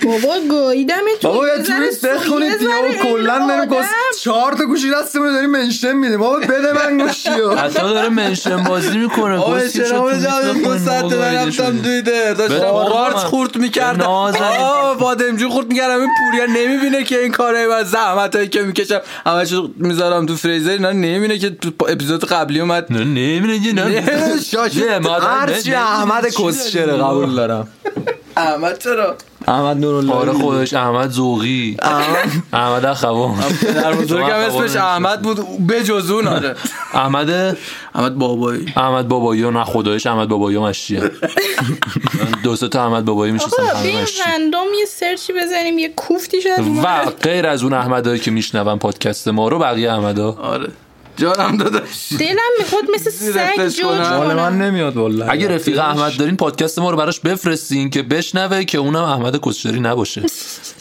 D: بابا گاییدم
B: بابا یه جوری بخونید دیگه بابا کلا داریم گس چهار تا گوشی دستمون داریم منشن میدیم بابا بده من گوشی رو
A: حتی داره منشن بازی میکنه
C: آقا شنامه جمعیم دو ساعت من رفتم توییتر داشتم
A: به
C: قارچ
A: نازم.
C: خورد میکردم
A: به نازم.
C: آه بادمجون خورد میکردم این پوریا نمیبینه که این کاره و زحمت هایی که میکشم همه چیز میذارم تو فریزر اینا نمیبینه که تو اپیزود قبلی اومد
A: نه نمی‌دونی، نه
C: نه، شاش-
A: نه، ما آدم-
B: هرچی
A: نه، نه،
B: احمد
A: چی داری؟
B: کسشره قبول دارم
C: احمد چرا
B: احمد نورالله
A: آره خودش احمد زوغی احمد اخوان
C: در بزرگم اسمش احمد بود بجز اون آره
A: احمد
C: احمد بابایی
A: احمد بابایی نه خدایش احمد بابایی هم اشیه من دو سه تا احمد بابایی میشناسم
D: بابا
A: همه
D: بیم
A: اشیه
D: رندوم یه سرچی بزنیم یه کوفتی شد
A: و غیر از اون احمدایی که میشنون پادکست ما رو بقیه احمدا
C: آره جانم داداش
D: دلم میخواد مثل سگ
C: رفتش
D: جوج
C: کنم.
B: مال من
D: کنم
B: نمیاد والله
A: اگه رفیق احمد دارین پادکست ما رو براش بفرستین که بشنوه که اونم احمد کسچری نباشه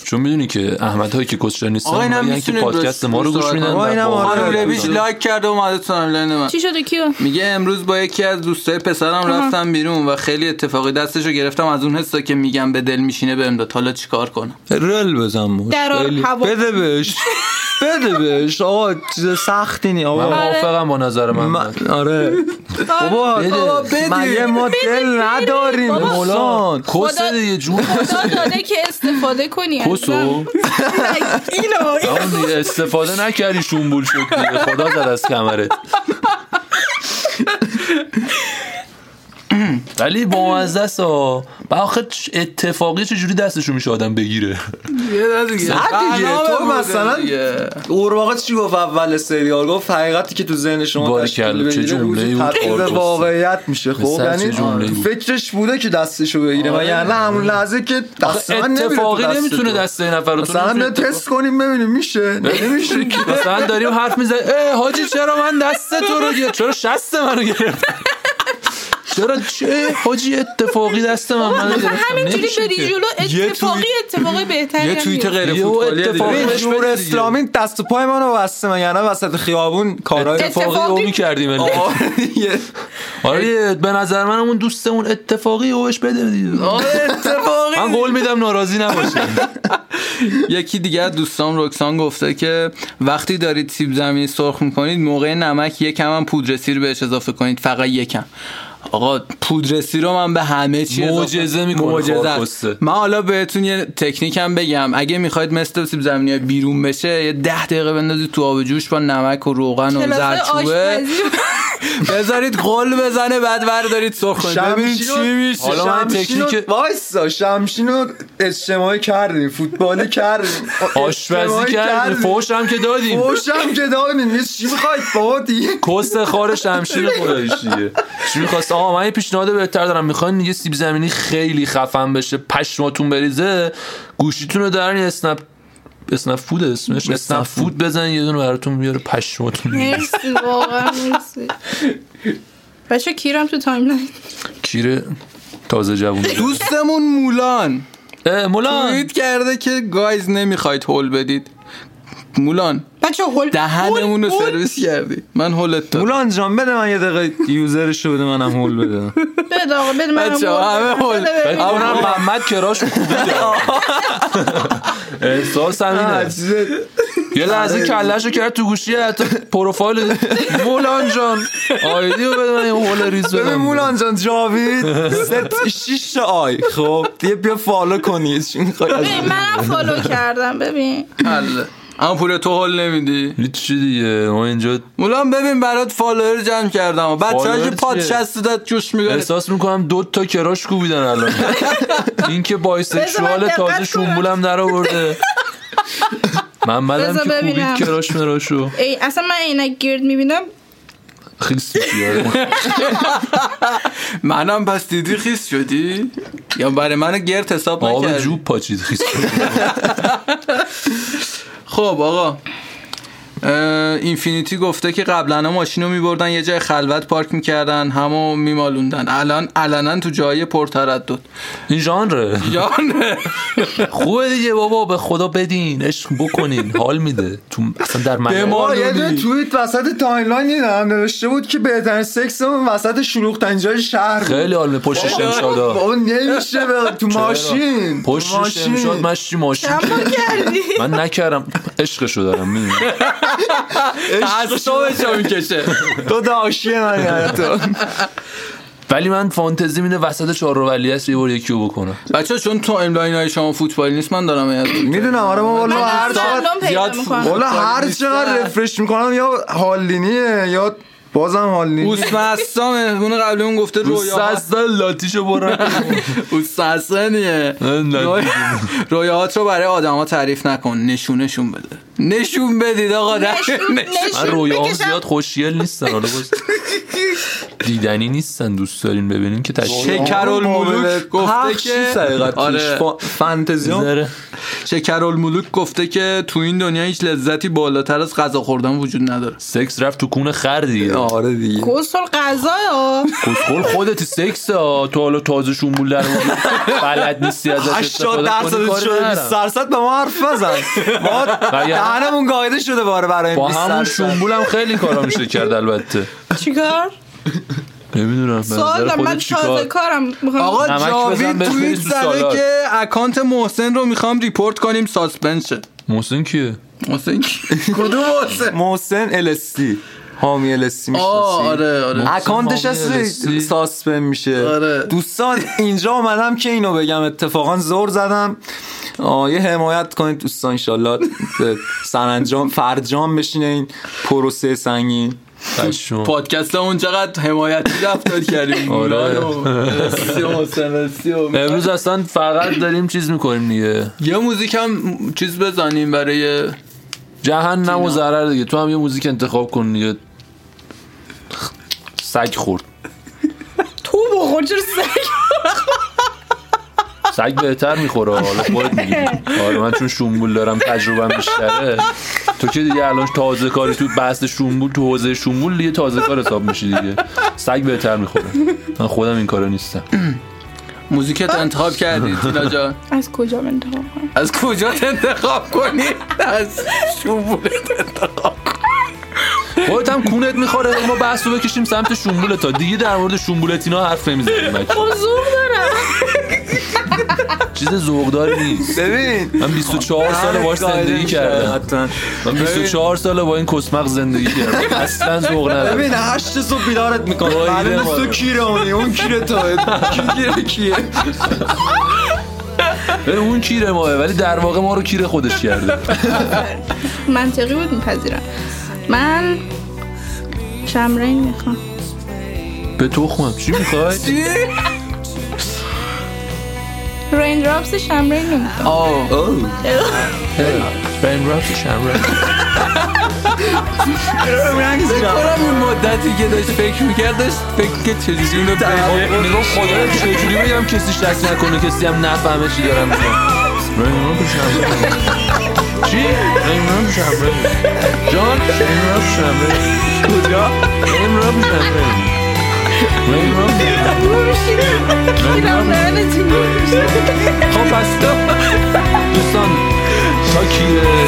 A: چون میدونی که احمد هایی که کسچری نیستن
C: آقا اینم
A: اونایی که
C: می‌تونیم
A: پادکست
C: درست-
A: ما رو
C: درست
A: گوش
C: صحبت
A: میدن
C: کنیم.
A: و
B: اینم
A: با-
B: آره.
C: خانم رویش لایک کرد و اومده تو آنلاین من
D: چی شده کیو
C: میگه امروز با یکی از دوستای پسرم رفتم بیرون و خیلی اتفاقی دستشو گرفتم از اون حسا که میگم به دل میشینه بهم داد حالا چیکار کنم
B: رل بزن مش
D: در آر-
B: خیلی.
D: هوا.
B: بده بهش بده بهش آقا چیز سختی نی
A: من
B: آقا
A: موافقم با نظر من
B: من- آره بابا
C: آقا، بده.
B: مگه ما دل نداریم
D: بابا.
B: مولان
A: کس
D: خدا-
A: دیگه جون
D: خدا داده که استفاده کنی
A: کسو
D: اینو
A: اون دیگه استفاده نکردی شونبول شد دیگه خدا زد از کمرت ولی با مزدس ها و آخه چ- اتفاقی چجوری دستشو میشه آدم بگیره
C: یه دیگه
B: دیگه، تو مثلا- قورباغه چی گفت اول سریال گفت حقیقتی که تو ذهن شما
A: بارکلا،
B: تشکیل
A: چه
B: بگیره
A: جمله‌ای
B: روزی
A: بود،
B: تبدیل به
A: قارقصه.
B: واقعیت میشه خب
A: مثلا چه
B: یعنی
A: جمله‌ای بود.
B: فکرش بوده که دستشو بگیره و یعنی همون لحظه که دست من نمیره تو
A: اتفاقی
B: دست
A: نمیتونه
B: تو.
A: دست یه نفر رو تو
B: مثلا بیا
A: نمی‌تونی
B: تست کنیم ببینیم میشه نمیشه که
A: اتفاق- مثلا داریم حرف میزنیم ای حاجی چرا من دست تو رو گرفت چرا شست منو گرفت چرا چه حاجی اتفاقی دست من من
D: مثلا
A: گرفتم.
D: همینجوری
A: نمیشه
D: بری
A: که.
D: جلو
A: یه
D: اتفاقی اتفاقی بهتری
G: یه
D: هم
G: توییت
D: میاد.
G: غیر
A: یه
G: فوتبالی دیگه.
A: اتفاق.
B: این جور اسلامی دست و پای منو بسته من یعنی وسط خیابون کارهای
A: اتفاقی
D: اتفاقی-
A: او میکردیم
B: آه، یه-
A: آره به نظر من اون دوستمون اتفاقی اوش بده دیگه.
C: اتفاقی
A: من قول میدم ناراضی نباشم
C: یکی دیگه از دوستان رکسان گفته که وقتی دارید سیب زمینی سرخ میکنید موقع نمک یکم هم پودر سیر بهش اضافه کنید فقط یکم آقا پودر سیر رو من به همه چی اضافه-
A: معجزه می‌کنه
C: معجزه است.
A: خارپوسته.
C: من حالا بهتون یه تکنیک هم بگم اگه میخواید مثل سیب زمینی بیرون بشه یه ده دقیقه بندازید تو آب جوش با نمک و روغن و
D: کلاس
C: زردچوبه
D: آشپزی
C: بذارید قل بزنه بعد بردارید سرخ کنید ببین
B: شمشین
C: چی
B: رو-
C: میشه
A: حالا من
B: شمشین رو-
A: تکنیک-
B: وایسا شمشین رو اجتماعی کردیم فوتبالی کردیم اجتماعی
A: آشپزی کردیم فوش هم که دادیم
B: فوشم که دادیم یه چی میخواید بابا دیگه
A: کست خار شمشیر خدایشیه چی میخواست آقا من یه پیشنهاد بهتر دارم میخواین یه سیب زمینی خیلی خفن بشه پشماتون بریزه گوشیتون رو دارن یه اسنپ اسنپ فود اسمش اسنپ فود بزن یه دونه براتون بیاره پشماتون بریزه.
D: مرسی واقعا مرسی بچه کیرم تو تایملاین
A: کیره تازه جوون
C: دوستمون مولان
A: اه، مولا
C: توییت کرده که گایز نمیخواید هول بدید مولان
D: بچه هول
C: دهنمون رو سرویس کردی من هولت دادم
B: مولان جان بده من یه دقیقه یوزرشو بده منم هول بده
D: بده آقا بده منم
C: بچه
D: هول.
C: همه هول
D: بده بریم.
A: اونم محمد کراش کوبیده احساس هم اینه یه
B: آره.
A: لحظه کلش رو کرد تو گوشی حتی پروفایل مولان جان آیدی رو بده من یه هول ریز
B: ببین
A: بدم
B: مولان جان جاوید ست شیش تا آی خب دیگه بیا فالو کنی چی می‌خوای از-
D: ببین، منم فالو کردم ببین
C: حله. اما پول تو هول نمیدی
A: هیچی دیگه ما اینجا
C: مولان ببین برات فالوور جمع کردم بچه
A: فالوور
C: هایی
A: چیه؟
C: که پادشست داد جوش میگه
A: احساس میکنم دو تا کراش کوبیدن الان این که
D: بذار من
A: بایسکشوال
D: دقت
A: تازه
D: کنم.
A: شنبولم در آورده من بدم
D: بذار
A: که کوبید
D: ببینم.
A: کراش مراشو
D: ای اصلا من عینک گرد میبینم
A: خیلی آره. سوتی
C: منم پس دیدی خیس شدی یا برای من گرت حساب
A: آب
C: نکردی
A: جوب پاچید خیس
C: خب آقا اه، اینفینیتی گفته که قبلا هم ماشین رو میبردن یه جای خلوت پارک میکردن همو میمالوندن الان علنا تو جای پرتردد
A: این ژانره
C: جان
A: خوبه دیگه بابا به خدا بدین عشق بکنین حال میده تو اصلا در من
B: آه، یه دونه توییت وسط تایملاین دیدم نوشته بود که بهترین سکس اون وسط شلوغ ترین جای شهر بود.
A: خیلی حال میده پشت شمشادا
B: بابا نمیشه به- تو ماشین تو
A: پشت
B: ماشین.
A: شمشاد من چی ماشین
D: اما کردی
A: من نکردم عشقشو دارم می‌دونی.
C: تعصبشو میکشه
B: تو داشی من یعنی تو
A: ولی من فانتزی میده وسط چهار رو ولی است یه بار یکیو بکنم
C: بچه چون تو املاین های شما فوتبالی نیست من دارم یاد
B: میدونم آره ما
D: من
B: والا هر چقدر
D: الان پیدا
C: زیاد فوت.
D: میکنم
B: والا هر
C: نیست.
B: چقدر رفرش میکنم یا حالینیه یا بازم حالینی
C: اوسمستان اون قبلی اون گوسمستان گفته رویا
A: سستا لاتیشو برن
C: اوسمستانیه
A: نه.
C: رویاهات رو برای آدما تعریف نکن نشونشون بده نشون بدید آقا نه.
D: نشون-
A: من
D: نشون
A: رویاهام
D: بکشم.
A: زیاد خوشیل نیستن حالا باز دیدنی نیستن دوست دارین ببینین که تشکیل
C: شکرالملوک گفته که آره
B: فانتزی
A: داره
C: شکرالملوک گفته که تو این دنیا هیچ لذتی بالاتر از غذا خوردن وجود نداره
A: سکس رفت تو کون خر دیگه
B: آره دیگه
D: کسل غذا ها.
A: کسخل خودت سکس ها تو حالا تازه شون در اومدی. بلد نیستی ازش
B: 80
A: استفاده کنی
B: آره، درصد
A: کاری
B: شده
A: ندارم.
B: سرصد به ما حرف بزن ما
A: وگرنه-
B: دهنمون گایده شده باره برای این
A: با
B: 20
A: همون
B: درصد.
A: شنبول هم خیلی کارا میشه کرد البته
D: چیکار
A: نمیدونم به
D: سوال
A: نظر
D: دارم. من
A: خودت چیکار
D: تازه کارم می‌خوام.
C: آقا
A: نمک بزن
C: جاوید
A: بهش
C: توییت
A: بریز تو سالاد.
C: زده که اکانت محسن رو میخوام ریپورت کنیم ساسپند شه
A: محسن کیه
C: محسن کدوم محسن
B: محسن الستی حامی الستی
C: آه آره آره
B: اکانتش
A: حامی
B: از
A: LSD.
B: ساسپن میشه
C: آره.
B: دوستان اینجا آمدم که اینو بگم اتفاقا زور زدم آه، یه حمایت کنید دوستان انشالله به سرانجام فرجام بشینه این پروسه سنگین
A: پشمام.
C: پادکست اون چقدر حمایتی رفتار کردیم
A: آره.
C: آره
A: امروز اصلا فقط داریم چیز میکنیم دیگه
C: یه موزیک هم چیز بزنیم برای
A: جهنم و ضرر دیگه تو هم یه موزیک انتخاب کن دیگه سگ خورد
D: تو بخور چرا سگ
A: سگ بهتر میخوره حالا خودت میگی آره من چون شومبول دارم تجربه بیشتره تو که دیگه الان تازه کاری تو بحث شومبول تو حوزه شومبول دیگه تازه کار حساب میشی دیگه سگ بهتر میخوره من خودم این کارا نیستم
C: موزیکت انتخاب کردی تینا جان
D: از کجا انتخاب کنم
C: از کجا انتخاب کنی از شوبولت انتخاب
A: خودت هم کونت میخوره ما بحث رو بکشیم سمت شنبوله تا دیگه در مورد شنبولت اینا حرف نمیزنیم بچه.
D: حضور دارم
A: چیز ذوقدار نیست
C: ببین
A: من 24 سال باش زندگی کردم من 24 سال با این کسمق زندگی کردم اصلا ذوق ندارم
B: ببین هشت صبح بیدارت میکنه
A: وای،
B: معلوم نیست
A: بابا.
B: تو کیره اونی اون کیره تو کی کیره کیه
A: ولی اون کیره ماه ولی در واقع ما رو کیره خودش کرده
D: منطقی بود میپذیرم من شمرین میخوام
A: به تخمم چی میخوای
D: رین دراپس شمرین نمیخوام
A: بریم رفت شمره
C: کنم این مدتی که داشت فکر میکرد داشت فکر که چجوری اونو بگه.
A: نگاه خدا چجوری بگم کسی شک نکنه کسی هم نفهمه چی دارم میگم بریم رفت شمره چی بریم رفت شمره جان بریم رفت شمره کجا بریم رفت شمره بریم رفت
D: کیرم دهنت گیر میشه.
A: خب پس دوستان تا کیره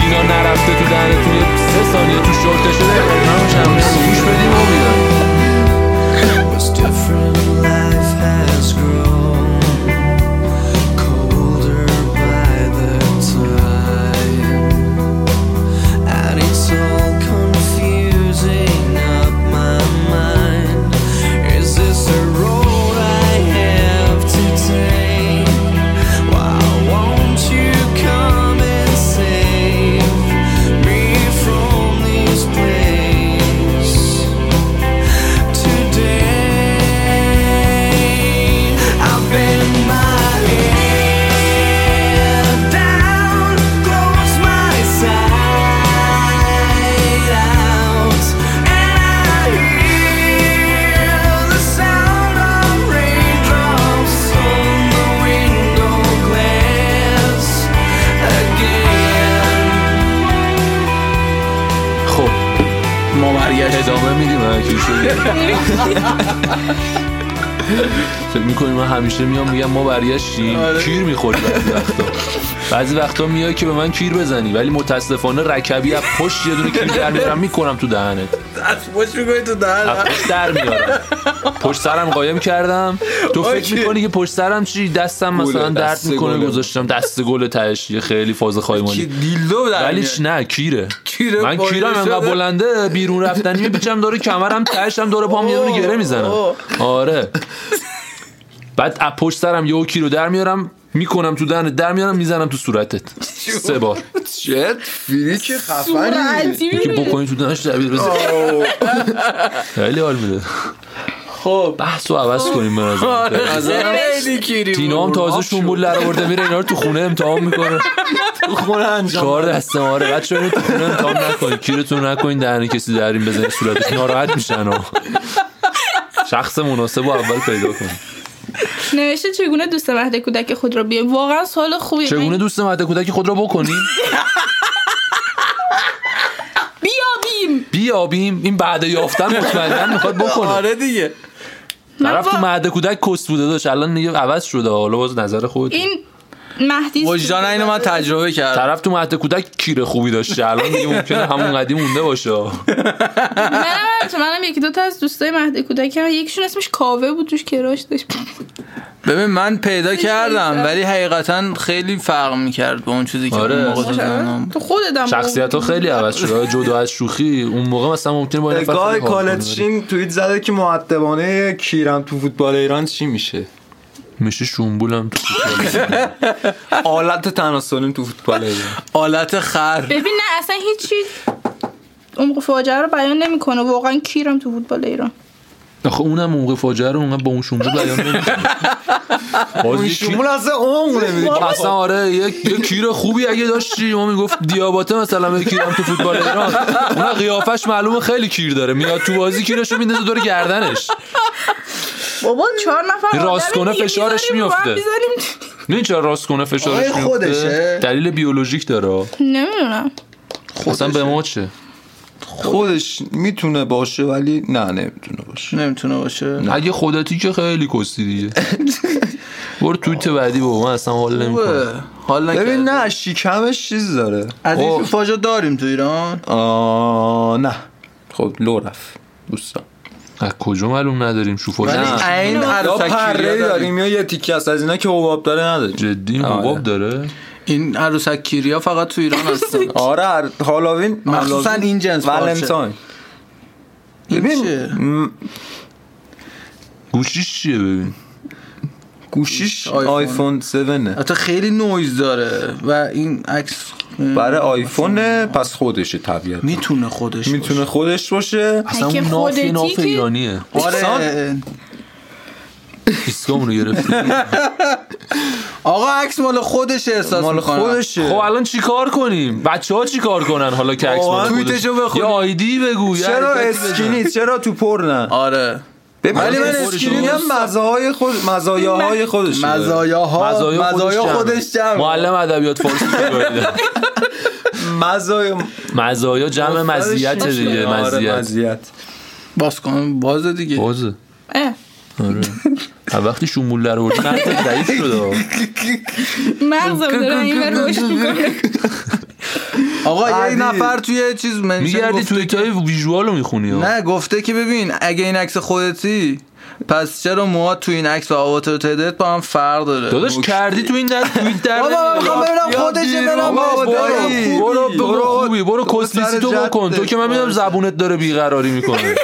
A: دینا نرفته تو دهنتون یه سه ثانیه تو شورته شده همون شمعه گوش بدیم و میدن
F: was different. Life has grown colder by the time, and it's all confusing up my mind. Is this a road I have to take? Why won't you come and save me from this place? Today, I've been my head down, close my side out, and I hear the sound of raindrops on the window glass again.
A: خب
C: ما برگشت
A: ادامه میدیم هر کی شده فکر میکنی من همیشه میام میگم ما برگشتیم کیر میخوری بعضی وقتا بعضی وقتا میای که به من کیر بزنی ولی متاسفانه رکبی از پشت یه دونه کیر در میارم میکنم تو دهنت
C: از باش میکنی تو دهن
A: از پشت در میارم پشت سرم قایم کردم تو فکر
C: اوکی.
A: میکنی که پشت سرم چی دستم مثلا
C: گله،
A: درد
C: دست
A: میکنه
C: گله.
A: گذاشتم دست گل تهش یه خیلی فاز
C: کی
A: خایمانی
C: دیلدو در
A: ولی
C: میاد.
A: چ- نه کیره
C: کیره
A: من
C: پایین
A: کیرم
C: شده.
A: انقدر بلنده بیرون رفتنی میپیچم داره کمرم تهشم داره پام یه دونه گره میزنم آره بعد از پشت سرم یهو کیرو در میارم میکنم تو دهنت در میارم میزنم تو صورتت سه بار
B: چت فیلیک خفنی
D: عجیبی
A: که
D: بود.
A: بکنی تو دهنش دبیر بزنی خیلی حال میده
C: خب
A: بحث رو عوض کنیم به نظرم.
C: خیلی کیری
A: تینا هم تازه شنبول در آورده میره اینا رو تو خونه امتحان میکنه
B: خونه انجام
A: کار دست ماره بعد شما تو خونه امتحان نکنید کیرتون نکنید دهن کسی در این بزنید صورتش ناراحت میشن ها شخص مناسب رو اول پیدا کنید
D: نوشته چگونه دوست مهد کودک خود را بیه واقعا سوال خوبیه
A: چگونه دوست مهد کودک خود را بکنیم
D: بیابیم
A: بیابیم این بعد یافتن مطمئنا میخواد بکنه
C: آره دیگه
A: طرف تو
D: با-
A: مهد کودک کس بوده داشت الان دیگه عوض شده حالا باز نظر خود
D: این مهدی
C: وجدان اینو من تجربه
B: آره.
C: کردم
A: طرف تو مهد کودک کیر خوبی داشته الان دیگه ممکنه همون قدیم مونده باشه
D: منم همچنین. منم یکی دو تا از دوستای مهد کودک هم یکیشون اسمش کاوه بود توش کراش داشت
C: ببین من پیدا کردم ولی حقیقتا خیلی فرق میکرد با اون چیزی که
A: آره.
C: اون موقع تو ذهنم
D: تو خودت هم
A: شخصیت ها خیلی عوض شده جدا از شوخی اون موقع مثلا ممکنه با این نفر
B: گاه
A: خیلی حال کنه، ولی
B: کالتشین توییت زده که معدبانه کیرم تو فوتبال ایران چی میشه
A: میشه شنبولم تو
B: آلت تناسلیم تو فوتبال ایران
C: آلت خر
D: ببین نه اصلا هیچی عمق فاجعه رو بیان نمیکنه واقعا کیرم تو فوتبال ایران
A: آخه اونم موقع فاجعه رو اونقدر با اون شنبول بیان نمی‌کنه. باز یه کی-
B: شمول از عمر نمیدی
A: اصلا آره یک یه کیر خوبی اگه داشتی ما میگفت دیاباته مثلا یه کیرم تو فوتبال ایران اون قیافش معلومه خیلی کیر داره میاد تو بازی کیرشو میندازه دور گردنش
D: بابا چهار نفر
A: راست
D: آدمیم
A: کنه
D: دیگه،
A: فشارش
D: می‌ذاریم رو هم
A: می‌افته.
D: می‌ذاریم.
A: نه چرا راست کنه فشارش
B: آقای
A: میفته؟
B: خودشه؟
A: دلیل بیولوژیک داره
D: نمیدونم
A: اصلا به ما چه
B: خودش میتونه باشه ولی نه نمیتونه باشه
C: نمیتونه باشه
A: اگه خودتی که خیلی کستی دیگه برو توییت بعدی با من اصلا حال نمیکنم
C: خوبه. حال نکرد.
B: ببین نه خب. شکمش چیز داره
C: از این
A: اوه.
C: شوفاژا داریم تو ایران
B: آه نه خب لو رفت دوستان
A: از کجا معلوم نداریم شوفاژ
C: ولی
A: نه.
C: عین
B: یا
C: عروسکی
B: پره داریم یا یه تیکه است از اینا که حباب داره نداریم
A: جدی
D: آره.
A: حباب داره
C: این عروسکیریا فقط تو ایران هستن
B: آره هر- هالووین
C: مخصوصاً
B: هالووین،
C: این جنس پارچه.
B: ولنتاین
C: این چیه؟
B: م،
A: گوشیش چیه ببین
B: گوشیش
C: آیفون.
B: آیفون 7
C: حتی خیلی نویز داره و این عکس
B: برای آیفون پس خودشه طبیعت
C: میتونه خودش
B: میتونه خودش باشه
A: اصلا
D: اگه
A: اون ناف
D: خودتی
A: ناف
D: که-
A: ایرانیه
C: باشه. آره
B: احسان؟
A: خب، ایستگاهمونو گرفت
C: آقا عکس مال خودشه احساس
B: مال
C: میکنم
B: خودشه
A: خب الان چیکار کنیم بچه ها چیکار کنن حالا که عکس
B: واقعاً
A: مال خودش-
B: توییتشو بخونی.
A: یا آیدی بگو یا
B: چرا
A: حرکتی بزن.
B: اسکینی چرا تو پر نه
C: آره
B: ولی من
A: خودش
B: اسکینی
A: درست.
B: هم مزاهای خود مزایاهای خودش
C: مزایاها
A: مزایا
C: مزایا
A: جمعه.
C: خودش جمع
A: معلم ادبیات فارسی که گاییده.
B: مزایا
A: مزایا جمع مزیت دیگه
B: آره،
A: مزیت
B: مزیت
C: باز کن باز دیگه
A: بازه
D: اه،
A: آره هر وقتی شمول در آوردی مغزت ضعیف شده
D: مغزم داره این ور روش میکنه
C: آقا یه
B: علی.
C: نفر توی چیز منشن
A: میگردی
C: گفته
A: توییت های ویژوال رو میخونی
C: نه گفته که ببین اگه این عکس خودتی پس چرا موها تو این عکس و آواتار تعدادت با هم فرق داره
A: داداش کردی تو این در توییت در
C: بابا من
A: نمیاری.
C: میخوام ببینم خودشه برم
B: آقا،
C: به خدایی.
A: برو برو- برو
B: برو-
A: خوبی برو
B: برو
A: کسلیسی
B: سر
A: تو بکن
B: جدت.
A: تو که من
C: آره.
A: میدونم زبونت داره بیقراری میکنه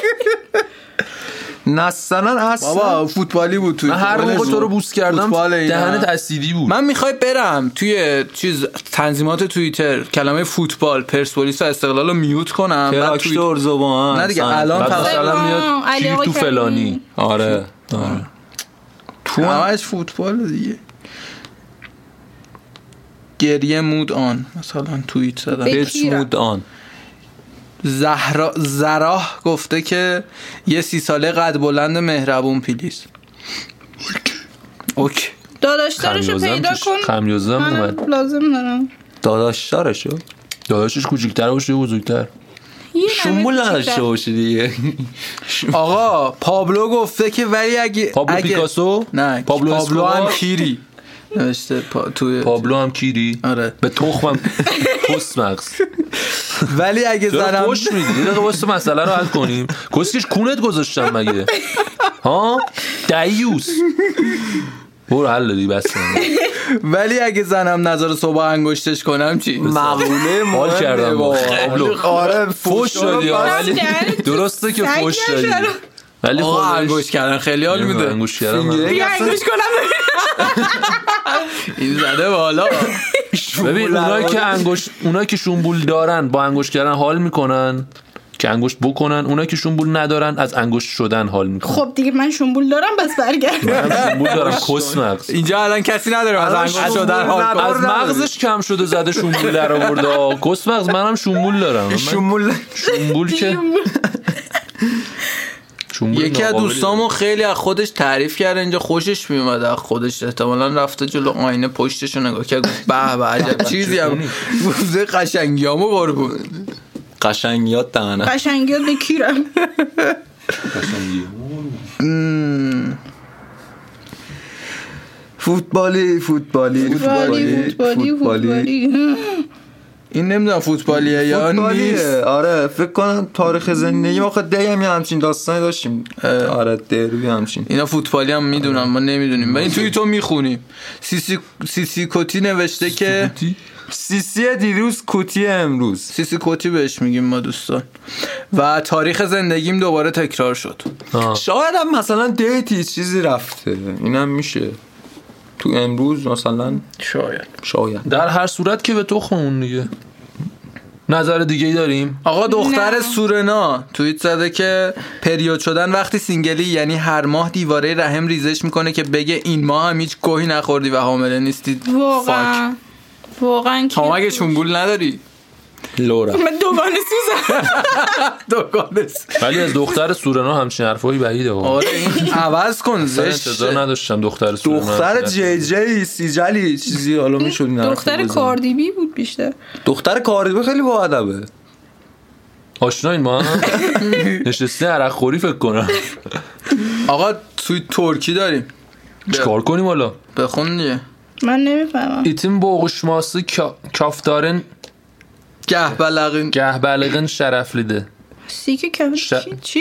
B: نستنن اصلا
C: بابا فوتبالی بود توی
A: من هر موقع تو رو بوس کردم
C: فوتبال اینا.
A: دهنت اسیدی بود
C: من میخوای برم توی چیز تنظیمات توییتر کلمه فوتبال پرسپولیس و استقلال رو میوت کنم بعد توییت-
B: تراکتور زبان
C: نه دیگه، الان
A: بعد
C: تقریبا-
A: مثلا
D: آه،
A: میاد
D: علی
A: شیر
D: آقا
A: تو
D: کریمی.
A: فلانی
B: آره آره.
C: تو همش فوتبال دیگه گریه مود آن مثلا توییت زدم
D: به
B: Bitch
D: کیرم.
B: mood on.
C: زهرا زراح گفته که یه سی ساله قد بلند مهربون پلیس اوکی
D: داداشتارشو
A: خمیازم
D: پیدا
A: توش-
D: کن آره.
A: خمیازم
D: من
A: اومد
D: لازم دارم
B: داداش دارشو
A: داداشش کوچیک‌تر باشه بزرگتر
D: یه
B: شمول
D: نمک
B: نداشته
D: کوچیک‌تر.
B: باشه دیگه
C: آقا پابلو گفته که ولی اگه
A: پابلو
C: اگه- آره.
A: پیکاسو؟
C: نه
A: پابلو
C: پابلو, هم
A: اسکوبار؟
C: کیری نوشته پا... توی
A: پابلو هم کیری
C: آره.
A: به تخمم پست مغز
C: ولی اگه
A: چرا
C: زنم
A: پشت میدی یه دقیقه واسه مسئله رو حل کنیم کسکش کونت گذاشتم مگه ها دیوس برو حل دی بس
C: ولی اگه زنم نظر صبح انگشتش کنم چی
B: مقوله
A: حال کردم با پابلو
B: آره
A: فوش شدی ها، ولی
D: دهنت
A: درسته که
D: سگ
A: فوش شدی
D: نشد.
A: ولی خب
C: آقا
A: خودش-
C: انگشت کردن خیلی حال
A: نمی‌دونم،
C: میده
A: انگوش کردم من.
B: فینگره.
D: بیا انگوش کنم
C: این زده بالا
A: ببین اونایی که انگشت اونایی که شنبول دارن با انگشت کردن حال میکنن که انگشت بکنن اونایی که شنبول ندارن از انگشت شدن حال میکنن
D: خب دیگه من شنبول دارم بس برگرد
A: من شنبول دارم کس مغز
C: اینجا الان کسی نداره از
B: الان
C: انگشت
B: شما
C: شدن حال
B: نداره.
C: کنه.
A: از مغزش کم شده زده شنبول در آورده آه. کس مغز منم شنبول دارم من
B: شمول
A: شنبول که شنبول
C: یکی از
A: یعنی ناقابلی دارم.
C: دوستامو خیلی از خودش تعریف کرد اینجا خوشش میومد از خودش احتمالا رفته جلو آینه پشتش رو نگاه کرد گفت به به عجب چیزی هم گفته قشنگیامو قربون
B: قشنگیات دهنه
D: قشنگیات به کیرم
B: فوتبالی فوتبالی
D: فوتبالی فوتبالی فوتبالی
C: این نمیدونم فوتبالیه یا نیست
B: فوتبالیه آره فکر کنم تاریخ زندگی ما خود دی هم یه همچین داستانی داشتیم آره دربی همچین
C: اینا فوتبالی هم میدونم ما نمیدونیم ولی توی تو میخونیم سیسی سیسی کوتی نوشته که
B: سیسی دیروز کوتی امروز
C: سیسی کوتی بهش میگیم ما دوستان و تاریخ زندگیم دوباره تکرار شد
A: آه.
B: شاید هم مثلا دیتی چیزی رفته اینم میشه تو امروز مثلا
C: شاید
B: شاید
A: در هر صورت که به تو خون دیگه نظر دیگه ای داریم
C: آقا دختر
D: نه.
C: سورنا توییت زده که پریود شدن وقتی سینگلی یعنی هر ماه دیواره رحم ریزش میکنه که بگه این ماه هم هیچ گوهی نخوردی و حامله نیستی فاک.
D: واقعا واقعا کی
C: شما اگه چونبول نداری
B: لورا
D: من دوباره سوزم
C: دوگانس
A: ولی از دختر سورنا همچین حرفایی بعیده آقا.
C: آره این عوض کن
A: من
C: زشت
A: انتظار نداشتم دختر سورنا
B: دختر
A: همچین
B: جی جی سیجلی چیزی حالا میشد
D: دختر کاردیبی بود بیشتر
B: دختر کاردیبه خیلی با ادبه
A: آشناین ما هم؟ نشسته عرق خوری فکر کنم
C: آقا توی ترکی داریم
A: چیکار کنیم حالا
C: بخون دیگه
D: من نمیفهمم
A: ایتیم boğuşması ka- kaftarın
C: گه بلغین
A: gehbeliğin şereflidir.
D: سیکه کم
A: ش-
D: چی؟ چی؟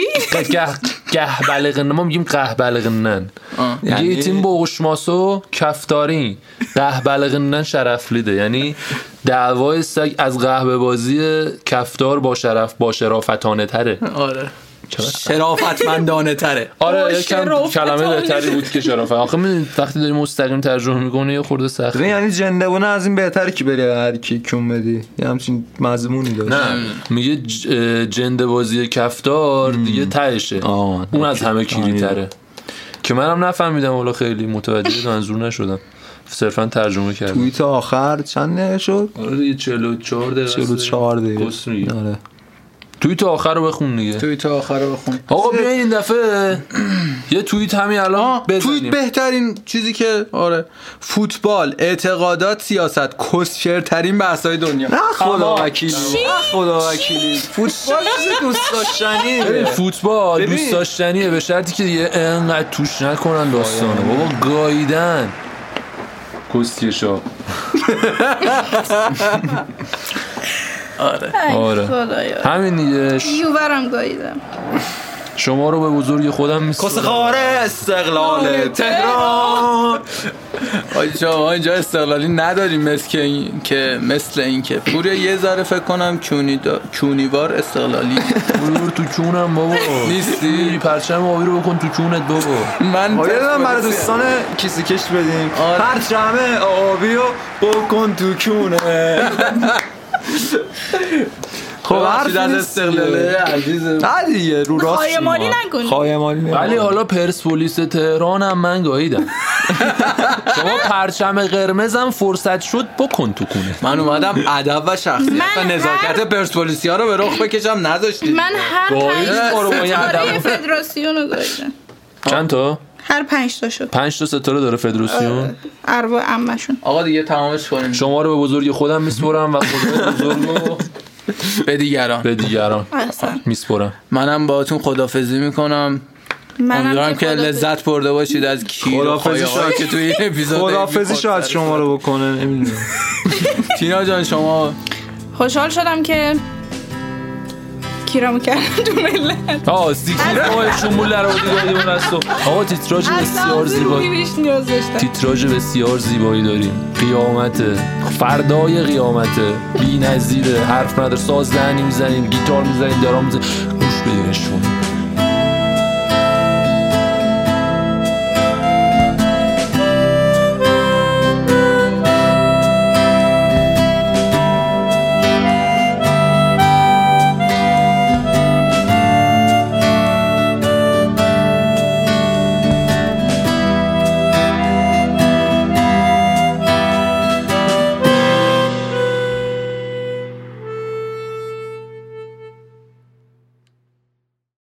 A: geh gehbeliğin ما میگیم قهبلغنن
C: آه.
A: یعنی
B: یعنی-
A: ایتیم boğuşması kaftarın قهبلغنن şereflidir. یعنی دعوای سگ از قهوه بازی کفدار با شرف با شرافتانه تره
C: آره
A: چقدر؟
C: شرافتمندانه تره
A: آره
D: با
A: یکم
D: شرافتانه.
A: کلمه بهتری بود که شرافت آخه می‌دونی وقتی داری مستقیم ترجمه میکنه یه خورده سخت
B: ببین یعنی جندوانه از این بهتر که بری هر کی کیون بدی یه همچین مضمونی داشت
A: نه میگه ج- اه، جنده بازی کفتار دیگه تهشه
B: آه،
A: اون از همه
B: فهمیدم.
A: کلیتره که منم نفهمیدم حالا خیلی متوجه منظور نشدم صرفا ترجمه کردم
B: توییت آخر چند دقیقه شد؟
A: آره دیگه 44 دقیقه
B: 44
A: گس
B: دقیقه
A: میگه.
B: آره
A: توییت آخر رو بخون دیگه
C: توی تا آخر رو بخون
A: آقا بیاین این دفعه یه توییت همین الان
C: آه، توی
A: بزنیم
C: بهترین چیزی که آره فوتبال اعتقادات سیاست کسشرترین بحث‌های دنیا
B: نه خدا وکیلی نه خدا وکیلی فوتبال چیز دوست داشتنیه
A: فوتبال
B: ببین.
A: دوست داشتنیه به شرطی که دیگه انقدر توش نکنن داستانه بابا گاییدن کستیشا
D: ای
A: آره.
D: خدایا.
A: همین دیگه
D: یوورم گاییدم
A: شما رو به بزرگ خودم میسپارم
B: خاره
C: آره.
B: استقلال تهران
C: آجا ما اینجا استقلالی نداریم مثل که این که مثل این که پوری یه ذره فکر کنم کونی دا... کونیوار استقلالی
A: برو تو چونم بابا
C: نیستی؟
A: پرچم آبی رو بکن تو چونت بابا
C: من
B: آیا
C: پرسپولیسی-
B: دادم آره، برای دوستان کیسی کش بدیم
C: آره.
B: هر چمه آبی رو بکن تو کونه خب
C: ببخشید
B: حرفی
C: از
B: نیست دیگه.
C: استقلاله عزیزم
B: نه دیگه رو راست
D: خواهی مالی
B: شما.
D: نکنی.
B: خواهی مالی نکنی.
A: ولی حالا پرسپولیس تهران هم من گاهیدم شما پرچم قرمزم فرصت شد بکن تو کونه
C: من اومدم ادب و شخصیت
D: من
C: و نزاکت
D: هر-
C: پرسپولیسی ها رو به رخ بکشم نذاشتید
D: من هر
A: گاهی
D: پنج
A: ما رو با این
D: ستاره
A: ادب.
D: فدراسیون رو گاییدم
A: چند تا؟
D: هر پنج تا شد
A: پنج تا ستاره داره فدراسیون
D: اروا امشون
C: آقا دیگه تمامش کنیم
A: شما رو به بزرگ خودم میسپرم و خدا بزرگ رو
C: به دیگران
A: به دیگران
D: احسن
A: میسپرم
C: منم باهاتون خدافزی میکنم امیدوارم
D: منم
C: که لذت برده باشید از کیر و
B: خداحافظی
C: خایه‌هایی
B: شاید-
C: که توی این اپیزود
B: خداحافظیشو
C: می‌خورد
B: از شما رو بکنه نمیدونم
C: سر. تینا جان شما
D: خوشحال شدم که کیرامو کردم تو ملت
A: آه سیکل آقای شمول در آوردی گاهی اون از تو آقا تیتراژ
D: اصلا
A: بسیار زیبایی
D: روحی بهش نیاز داشتم
A: تیتراژ بسیار زیبایی داریم قیامته فردای قیامته بی نظیره حرف نداره ساز دهنی میزنیم گیتار میزنیم درام میزنیم گوش بدینشون